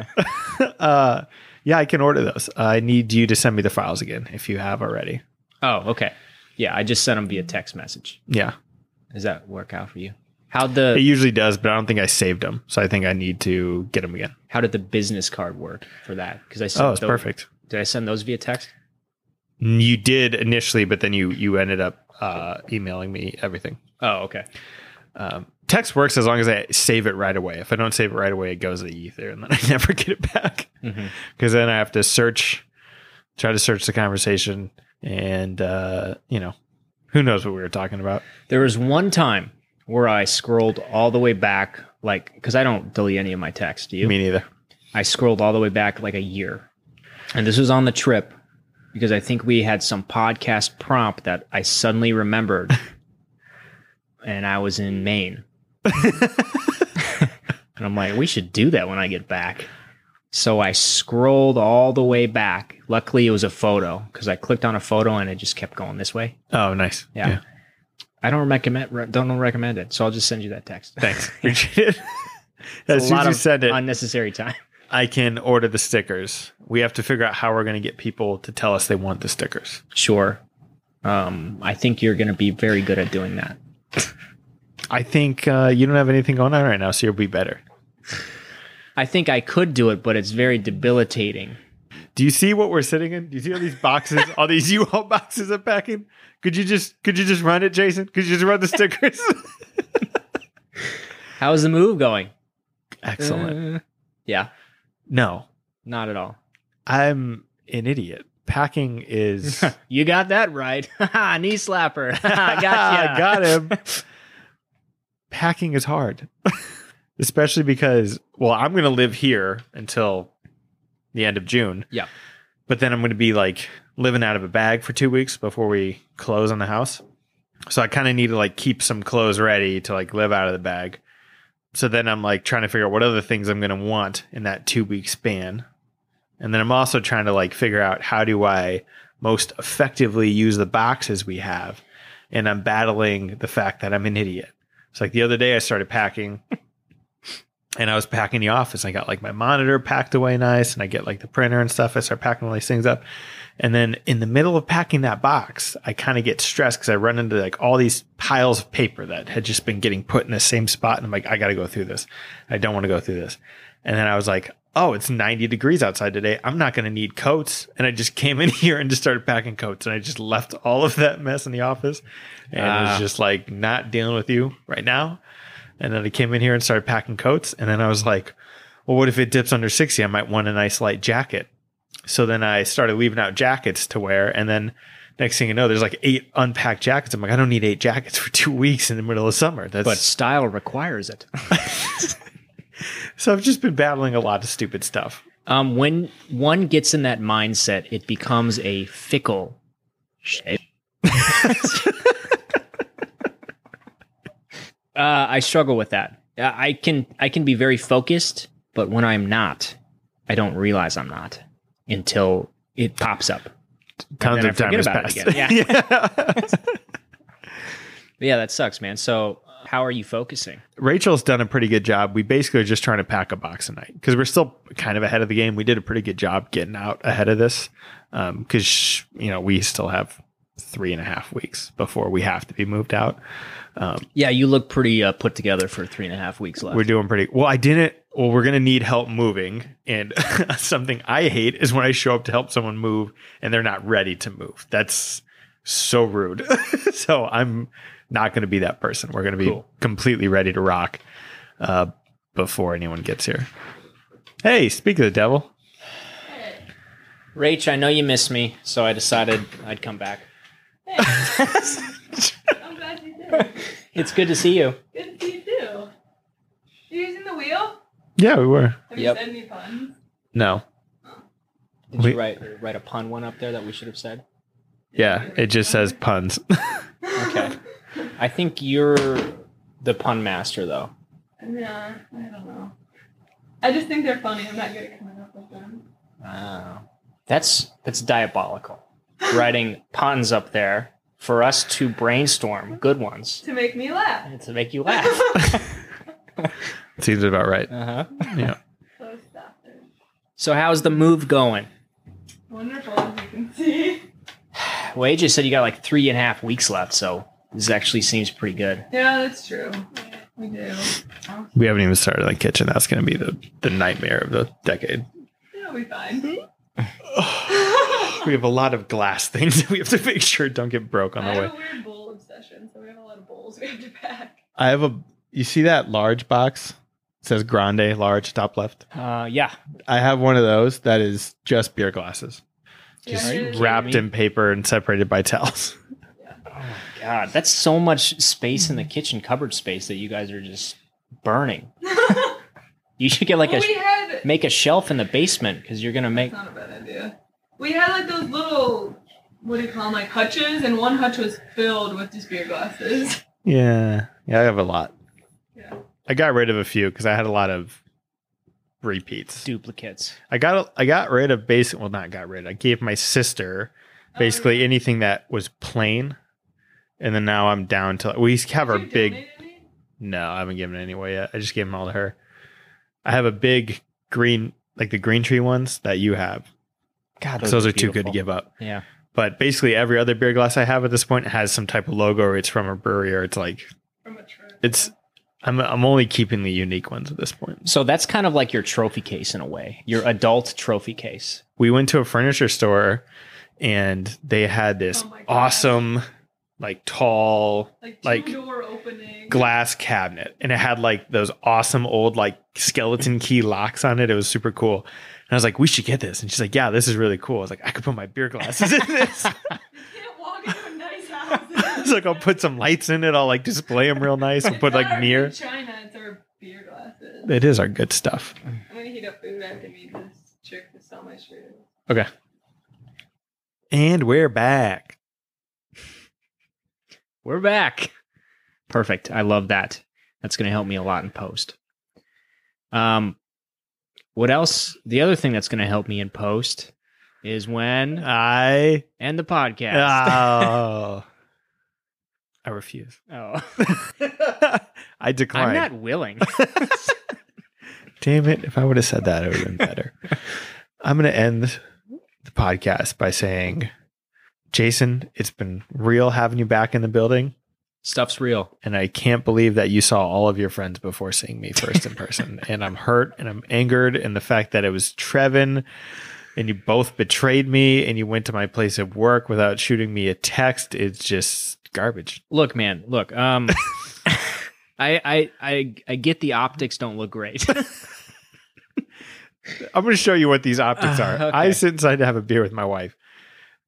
S2: uh, yeah, I can order those. I need you to send me the files again if you have already.
S1: Oh, okay. Yeah, I just sent them via text message.
S2: Yeah,
S1: Does that work out for you? How the
S2: it usually does, but I don't think I saved them, so I think I need to get them again.
S1: how did the business card work for that? Because I sent
S2: Oh, it's
S1: tho-
S2: perfect.
S1: Did I send those via text?
S2: You did initially, but then you you ended up uh, emailing me everything.
S1: Oh, okay.
S2: Um, text works as long as I save it right away. If I don't save it right away, it goes to the ether, and then I never get it back
S1: Mhm.
S2: because then I have to search, try to search the conversation, and uh, you know, who knows what we were talking about.
S1: There was one time where I scrolled all the way back, like because I don't delete any of my texts. Do you?
S2: Me neither.
S1: I scrolled all the way back like a year. And this was on the trip because I think we had some podcast prompt that I suddenly remembered. and I was in Maine. and I'm like, we should do that when I get back. So I scrolled all the way back. Luckily, it was a photo because I clicked on a photo and it just kept going this way.
S2: Oh, nice.
S1: Yeah. I don't recommend re- don't recommend it, so I'll just send you that text.
S2: Thanks. Appreciate it. as
S1: a
S2: soon as
S1: lot
S2: you
S1: of
S2: said it,
S1: unnecessary time.
S2: I can order the stickers. We have to figure out how we're going to get people to tell us they want the stickers.
S1: Sure. Um, I think you're going to be very good at doing that.
S2: I think uh, you don't have anything going on right now, so you'll be better.
S1: I think I could do it, but it's very debilitating.
S2: Do you see what we're sitting in? Do you see all these boxes, all these U-Haul boxes I'm packing? Could you just could you just run it, Jason? Could you just run the stickers?
S1: How's the move going?
S2: Excellent.
S1: Uh, yeah,
S2: No,
S1: not at all.
S2: I'm an idiot. Packing is
S1: You got that right. Knee slapper. Gotcha.
S2: I got him. Packing is hard, especially because well, I'm going to live here until the end of June.
S1: Yeah.
S2: But then I'm going to be like living out of a bag for two weeks before we close on the house. So I kind of need to like keep some clothes ready to like live out of the bag. So then I'm like trying to figure out what other things I'm going to want in that two week span. And then I'm also trying to like figure out how do I most effectively use the boxes we have. And I'm battling the fact that I'm an idiot. It's like the other day I started packing and I was packing the office. I got like my monitor packed away nice and I get like the printer and stuff. I start packing all these things up. And then in the middle of packing that box, I kind of get stressed because I run into like all these piles of paper that had just been getting put in the same spot. And I'm like, I got to go through this. I don't want to go through this. And then I was like, oh, it's 90 degrees outside today. I'm not going to need coats. And I just came in here and just started packing coats. And I just left all of that mess in the office and it
S1: Ah.
S2: was just like not dealing with you right now. And then I came in here and started packing coats. And then I was like, well, what if it dips under 60? I might want a nice light jacket. So then I started leaving out jackets to wear. And then next thing you know, there's like eight unpacked jackets. I'm like, I don't need eight jackets for two weeks in the middle of summer. That's
S1: But style requires it.
S2: so I've just been battling a lot of stupid stuff.
S1: Um, when one gets in that mindset, it becomes a fickle shape. uh, I struggle with that. Uh, I can I can be very focused, but when I'm not, I don't realize I'm not until it pops up.
S2: Tons
S1: then
S2: of
S1: I forget
S2: time has
S1: about it
S2: passed. yeah.
S1: But yeah, that sucks, man. So uh, how are you focusing?
S2: Rachel's done a pretty good job. We basically are just trying to pack a box a night because we're still kind of ahead of the game. We did a pretty good job getting out ahead of this because, you know, we still have three and a half weeks before we have to be moved out.
S1: Yeah, you look pretty uh, put together for three and a half weeks left.
S2: We're doing pretty well. I didn't. Well, we're gonna need help moving, and something I hate is when I show up to help someone move and they're not ready to move. That's so rude. so I'm not gonna be that person. We're gonna be
S1: Cool.
S2: completely ready to rock uh, before anyone gets here. Hey, speak of the devil.
S1: Rach, I know you miss me, so I decided I'd come back.
S4: I'm glad you did.
S1: It's good to see you.
S4: Good to see you too. You using the wheel?
S2: Yeah, we were.
S4: Have
S1: Yep.
S4: you said any puns?
S2: No.
S1: Did
S2: Wait.
S1: you write write a pun one up there that we should have said?
S2: Yeah, it just says puns.
S1: Okay. I think you're the pun master, though.
S4: Nah, I don't know. I just think they're funny. I'm not good at coming up with them.
S1: Wow. That's that's diabolical. Writing puns up there for us to brainstorm good ones
S4: To make me laugh.
S1: and to make you laugh.
S2: Seems about right.
S1: Uh-huh.
S2: Yeah.
S4: Close doctors.
S1: So how's the move going?
S4: Wonderful, as you can see.
S1: Well, AJ said you got like three and a half weeks left, so this actually seems pretty good.
S4: Yeah, that's true. We do.
S2: We haven't even started on the kitchen. That's gonna be the, the nightmare of the decade.
S4: It'll be fine.
S2: We have a lot of glass things that we have to make sure don't get broke on
S4: I
S2: the way.
S4: have a weird bowl obsession, so we have a lot of bowls we have to pack.
S2: I have a you see that large box? It says grande large top left.
S1: Uh, yeah.
S2: I have one of those that is just beer glasses.
S4: Yeah,
S2: Just
S4: I did.
S2: wrapped in paper and separated by towels.
S1: Oh my god, that's so much space in the kitchen cupboard space that you guys are just burning. You should get like a
S4: we had
S1: make a shelf in the basement because you're gonna make
S4: That's not a bad idea. We had like those little, what do you call them, like hutches, and one hutch was filled with just beer glasses.
S2: Yeah. Yeah, I have a lot.
S4: Yeah.
S2: I got rid of a few because I had a lot of repeats.
S1: duplicates.
S2: I got I got rid of basic well not got rid. I gave my sister
S4: Oh,
S2: basically anything that was plain. And then now I'm down to we have
S4: Did
S2: our
S4: you
S2: big
S4: donate any?
S2: No, I haven't given it away yet. I just gave them all to her. I have a big green, like the green tree ones that you have.
S1: God,
S2: Those, are, too good to give up.
S1: Yeah.
S2: But basically, every other beer glass I have at this point has some type of logo, or it's from a brewery, or it's like
S4: From a trip.
S2: it's. I'm I'm only keeping the unique ones at this point.
S1: So that's kind of like your trophy case in a way, your adult trophy case.
S2: We went to a furniture store, and they had this
S4: Oh my gosh.
S2: awesome, like tall
S4: like,
S2: like,
S4: two door opening.
S2: glass cabinet and it had like those awesome old like skeleton key locks on it. It was super cool. And I was like, we should get this. And she's like, yeah, this is really cool. I was like, I could put my beer glasses in this.
S4: you can't walk into a nice
S2: I
S4: house.
S2: was like, I'll put some lights in it. I'll like display them real nice and
S4: It's
S2: put
S4: not
S2: like
S4: our
S2: mirror.
S4: good China, it's our beer glasses.
S2: It is our good stuff.
S4: I'm gonna heat up food after me. Just trick to sell my shirt.
S2: And we're back.
S1: We're back. Perfect. I love that. That's going to help me a lot in post. Um, what else? The other thing that's going to help me in post is when I
S2: I
S1: end the podcast.
S2: oh, I refuse.
S1: oh,
S2: I
S1: I'm
S2: decline.
S1: not willing.
S2: Damn it! If I would have said that, it would have been better. I'm going to end the podcast by saying, Jason, it's been real having you back in the building,
S1: Stuff's real.
S2: and I can't believe that you saw all of your friends before seeing me first in person. and I'm hurt, and I'm angered, and the fact that it was Trevin, and you both betrayed me, and you went to my place of work without shooting me a text. It's just garbage.
S1: Look, man. Look. Um, I, I I I get the optics don't look great.
S2: I'm going to show you what these optics
S1: Uh,
S2: are.
S1: okay.
S2: I sit inside to have a beer with my wife.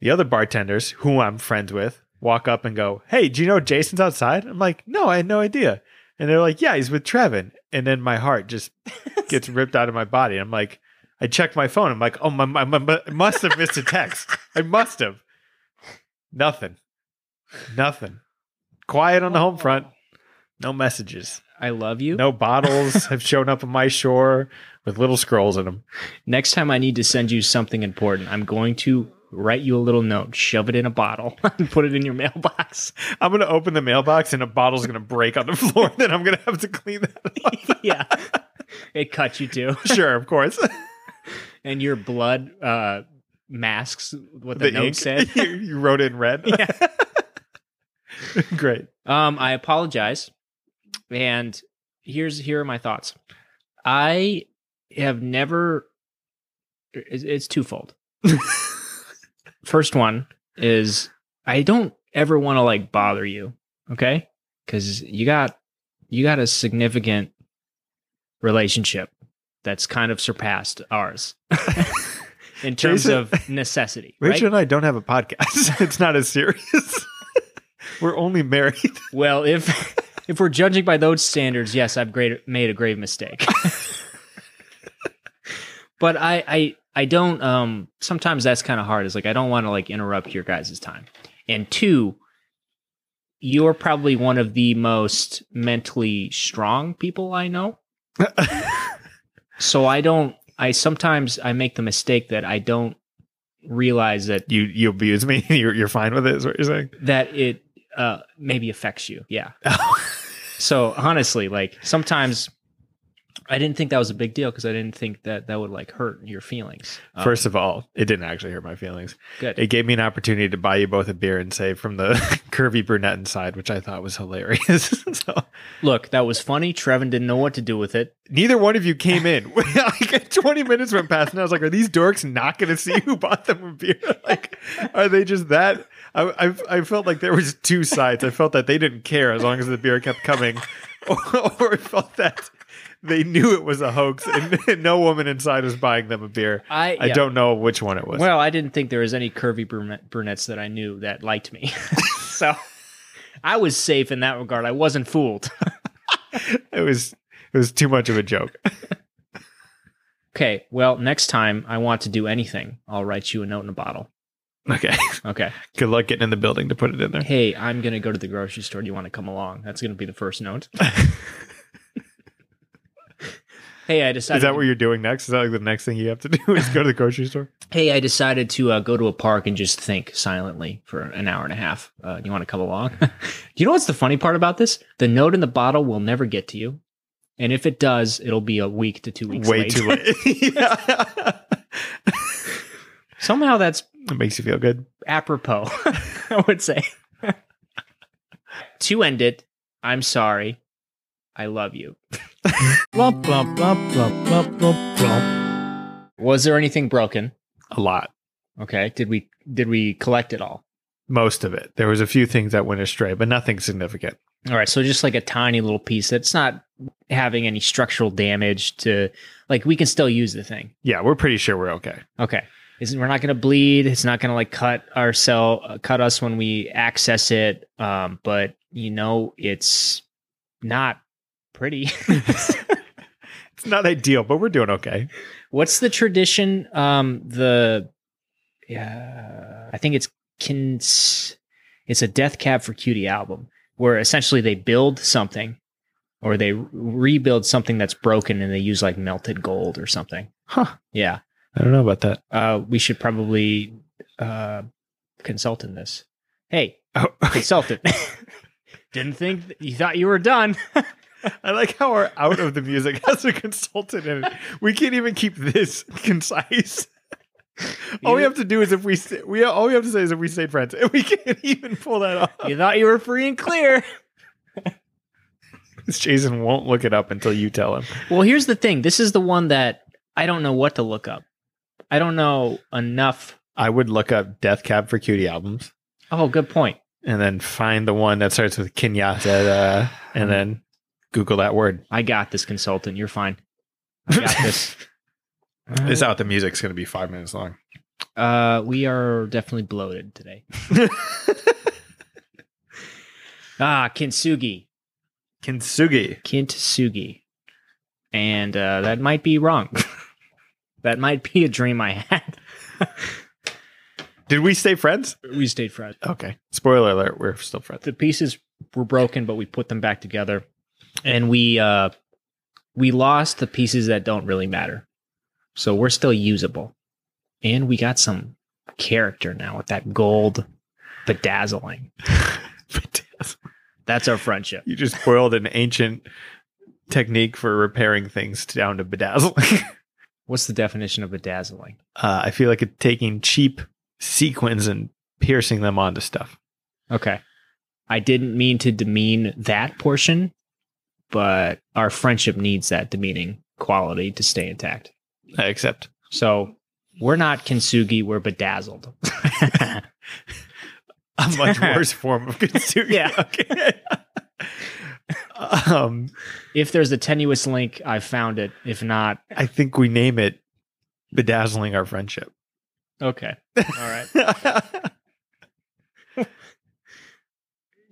S2: The other bartenders, who I'm friends with, walk up and go, Hey, do you know Jason's outside? I'm like, No, I had no idea. And they're like, Yeah, he's with Trevin. And then my heart just gets ripped out of my body. I'm like, I checked my phone. I'm like, Oh, my, my, my, my- I must have missed a text. I must have. Nothing. Nothing. Quiet on the home front. No messages.
S1: I love you.
S2: No bottles have shown up on my shore with little scrolls in them.
S1: Next time I need to send you something important, I'm going to write you a little note, shove it in a bottle, and put it in your mailbox.
S2: I'm gonna open the mailbox and a bottle's gonna break on the floor. Then I'm gonna have to clean that. up.
S1: yeah. It cuts you too.
S2: sure, of course.
S1: And your blood uh, masks what the, note
S2: ink.
S1: said.
S2: you, you wrote it in red.
S1: Yeah.
S2: Great.
S1: Um, I apologize. And here's here are my thoughts. I have never it's, it's twofold. First one is I don't ever want to like bother you, okay? Cuz you got you got a significant relationship that's kind of surpassed ours. In terms
S2: Jason-
S1: of necessity, right?
S2: Rachel and I don't have a podcast. it's not as serious. We're only married.
S1: Well, if if we're judging by those standards, yes, I've great, made a grave mistake. but I, I I don't um sometimes that's kind of hard. It's like I don't want to like interrupt your guys' time. And two, you're probably one of the most mentally strong people I know. So I don't I sometimes I make the mistake that I don't realize that
S2: you you abuse me. You're you're fine with it. Is what you're saying?
S1: that it uh maybe affects you. Yeah. So honestly, like sometimes I didn't think that was a big deal because I didn't think that that would like hurt your feelings. Um,
S2: First of all, it didn't actually hurt my feelings.
S1: good.
S2: It gave me an opportunity to buy you both a beer and say from the curvy brunette inside, which I thought was hilarious. so
S1: Look, that was funny. Trevin didn't know what to do with it.
S2: neither one of you came in. like 20 minutes went past, and I was like, "Are these dorks not going to see who bought them a beer? Like, are they just that?" I, I I felt like there was two sides. I felt that they didn't care as long as the beer kept coming, or, or I felt that they knew it was a hoax and, and no woman inside was buying them a beer.
S1: I
S2: I
S1: yeah.
S2: don't know which one it was.
S1: Well, I didn't think there was any curvy brunette, brunettes that I knew that liked me. so I was safe in that regard. I wasn't fooled.
S2: it was it was too much of a joke.
S1: Okay. Well, next time I want to do anything, I'll write you a note in a bottle.
S2: Okay,
S1: Okay.
S2: good luck getting in the building to put it in there.
S1: Hey, I'm gonna go to the grocery store. Do you want to come along? That's gonna be the first note. hey, I decided.
S2: Is that what you're doing next? Is that like the next thing you have to do? Is go to the grocery store?
S1: hey, I decided to uh, go to a park and just think silently for an hour and a half. Uh, do you want to come along? do you know what's the funny part about this? The note in the bottle will never get to you, and if it does, it'll be a week to two weeks.
S2: Way
S1: late.
S2: too late. yeah.
S1: Somehow that's
S2: It makes you feel good.
S1: apropos, I would say. to end it, I'm sorry. I love you.
S5: Blump, blump, blump, blump, blump, blump, blump.
S1: Was there anything broken?
S2: A lot.
S1: Okay. Did we did we collect it all?
S2: Most of it. There was a few things that went astray, but nothing significant.
S1: All right. So just like a tiny little piece that's not having any structural damage to like we can still use the thing.
S2: Yeah, we're pretty sure we're okay.
S1: Okay. Isn't we're not going to bleed. It's not going to like cut ourselves uh, cut us when we access it. Um, but you know it's not pretty.
S2: it's Not ideal, but we're doing okay.
S1: What's the tradition? Um, the yeah, I think it's Kins. It's a Death Cab for Cutie album where essentially they build something or they rebuild something that's broken and they use like melted gold or something.
S2: Huh.
S1: Yeah.
S2: I don't know about that.
S1: Uh, we should probably uh, consult in this. Hey,
S2: Oh,
S1: consultant. Didn't think you thought you were done.
S2: I like how we're out of the music as a consultant, and we can't even keep this concise. All we
S1: You-
S2: have to do is if we st- we all we have to say is if we stay friends, and we can't even pull that off.
S1: You thought you were free and clear.
S2: Jason won't look it up until you tell him.
S1: Well, here's the thing. This is the one that I don't know what to look up. I don't know enough.
S2: I would look up Death Cab for Cutie albums,
S1: Oh, good point.
S2: and then find the one that starts with Kenyatta, and then Google that word.
S1: I got this consultant. You're fine. I got this.
S2: It's out. The music's going to be five minutes long.
S1: Uh, we are definitely bloated today. Ah, kintsugi,
S2: Kintsugi.
S1: kintsugi, and uh, that might be wrong. that might be a dream I had.
S2: Did we stay friends?
S1: we stayed friends.
S2: Okay. Spoiler alert: We're still friends.
S1: the pieces were broken, but we put them back together, and we uh, we lost the pieces that don't really matter. So we're still usable, and we got some character now with that gold bedazzling. That's our friendship.
S2: You just boiled an ancient technique for repairing things down to bedazzling.
S1: What's the definition of bedazzling?
S2: Uh, I feel like it's taking cheap sequins and piercing them onto stuff.
S1: Okay, I didn't mean to demean that portion, but our friendship needs that demeaning quality to stay intact.
S2: I accept.
S1: So we're not kintsugi; we're bedazzled.
S2: A much worse form of consuming.
S1: Yeah.
S2: Okay. um,
S1: If there's a tenuous link, I found it. If not,
S2: I think we name it bedazzling our friendship.
S1: okay. All right.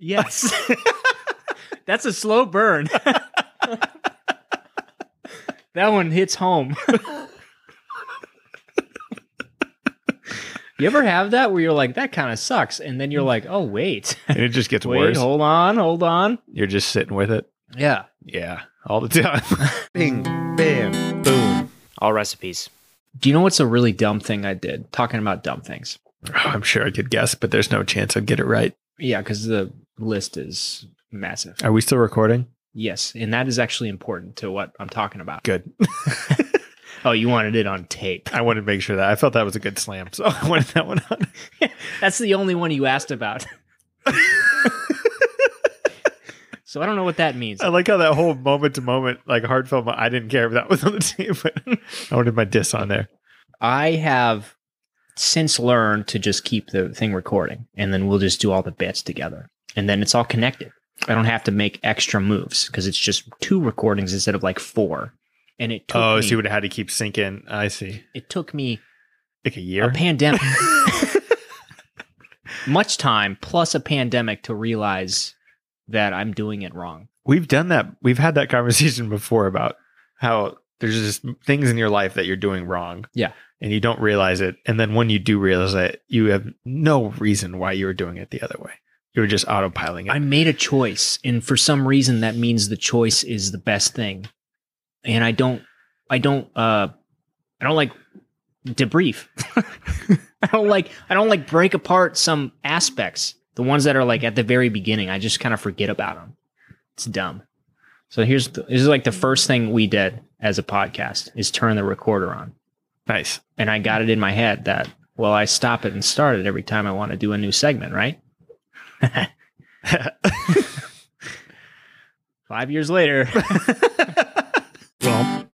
S1: Yes. That's a slow burn. that one hits home. you ever have that where you're like, that kind of sucks? And then you're like, oh, wait.
S2: and it just gets
S1: wait,
S2: worse.
S1: hold on, hold on.
S2: You're just sitting with it.
S1: Yeah.
S2: Yeah, all the time. Ping, bam.
S1: All recipes. Do you know what's a really dumb thing I did? Talking about dumb things.
S2: Oh, I'm sure I could guess, but there's no chance I'd get it right.
S1: Yeah, because the list is massive.
S2: Are we still recording?
S1: Yes, and that is actually important to what I'm talking about.
S2: Good.
S1: Oh, you wanted it on tape.
S2: I wanted to make sure that I felt that was a good slam, so I wanted that one on.
S1: That's the only one you asked about. so I don't know what that means.
S2: I like how that whole moment to moment, like heartfelt. mo- I didn't care if that was on the team, but I wanted my diss on there.
S1: I have since learned to just keep the thing recording and then we'll just do all the bits together. And then it's all connected. I don't have to make extra moves because it's just two recordings instead of like four. And it took
S2: Oh,
S1: me,
S2: so you would have had to keep sinking. I see.
S1: it took me
S2: Like a
S1: a
S2: year.
S1: pandemic. Much time plus a pandemic to realize that I'm doing it wrong.
S2: We've done that. We've had that conversation before about how there's just things in your life that you're doing wrong.
S1: Yeah.
S2: And you don't realize it. And then when you do realize it, you have no reason why you were doing it the other way. You were just autopiling it.
S1: I made a choice, and for some reason, that means the choice is the best thing. And I don't, I don't, uh, I don't like debrief. I don't like, I don't like break apart some aspects. The ones that are like at the very beginning, I just kind of forget about them. It's dumb. So here's, the, this is like the first thing we did as a podcast is turn the recorder on.
S2: nice.
S1: and I got it in my head that well, I stop it and start it every time I want to do a new segment, right? Five years later.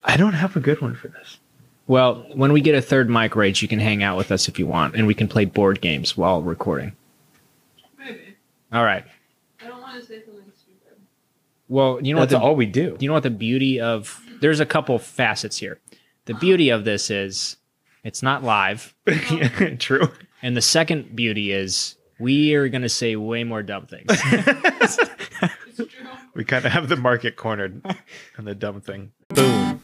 S2: I don't have a good one for this.
S1: well, when we get a third mic rage, you can hang out with us if you want, and we can play board games while recording.
S4: Maybe.
S1: All right.
S4: I don't want to say something stupid.
S1: Well, you know what? The,
S2: all we do.
S1: you know what the beauty of there's a couple facets here. The beauty of this is it's not live,
S2: True.
S1: and the second beauty is we are going to say way more dumb things.
S4: It's true.
S2: We kind of have the market cornered on the dumb thing.
S3: Boom.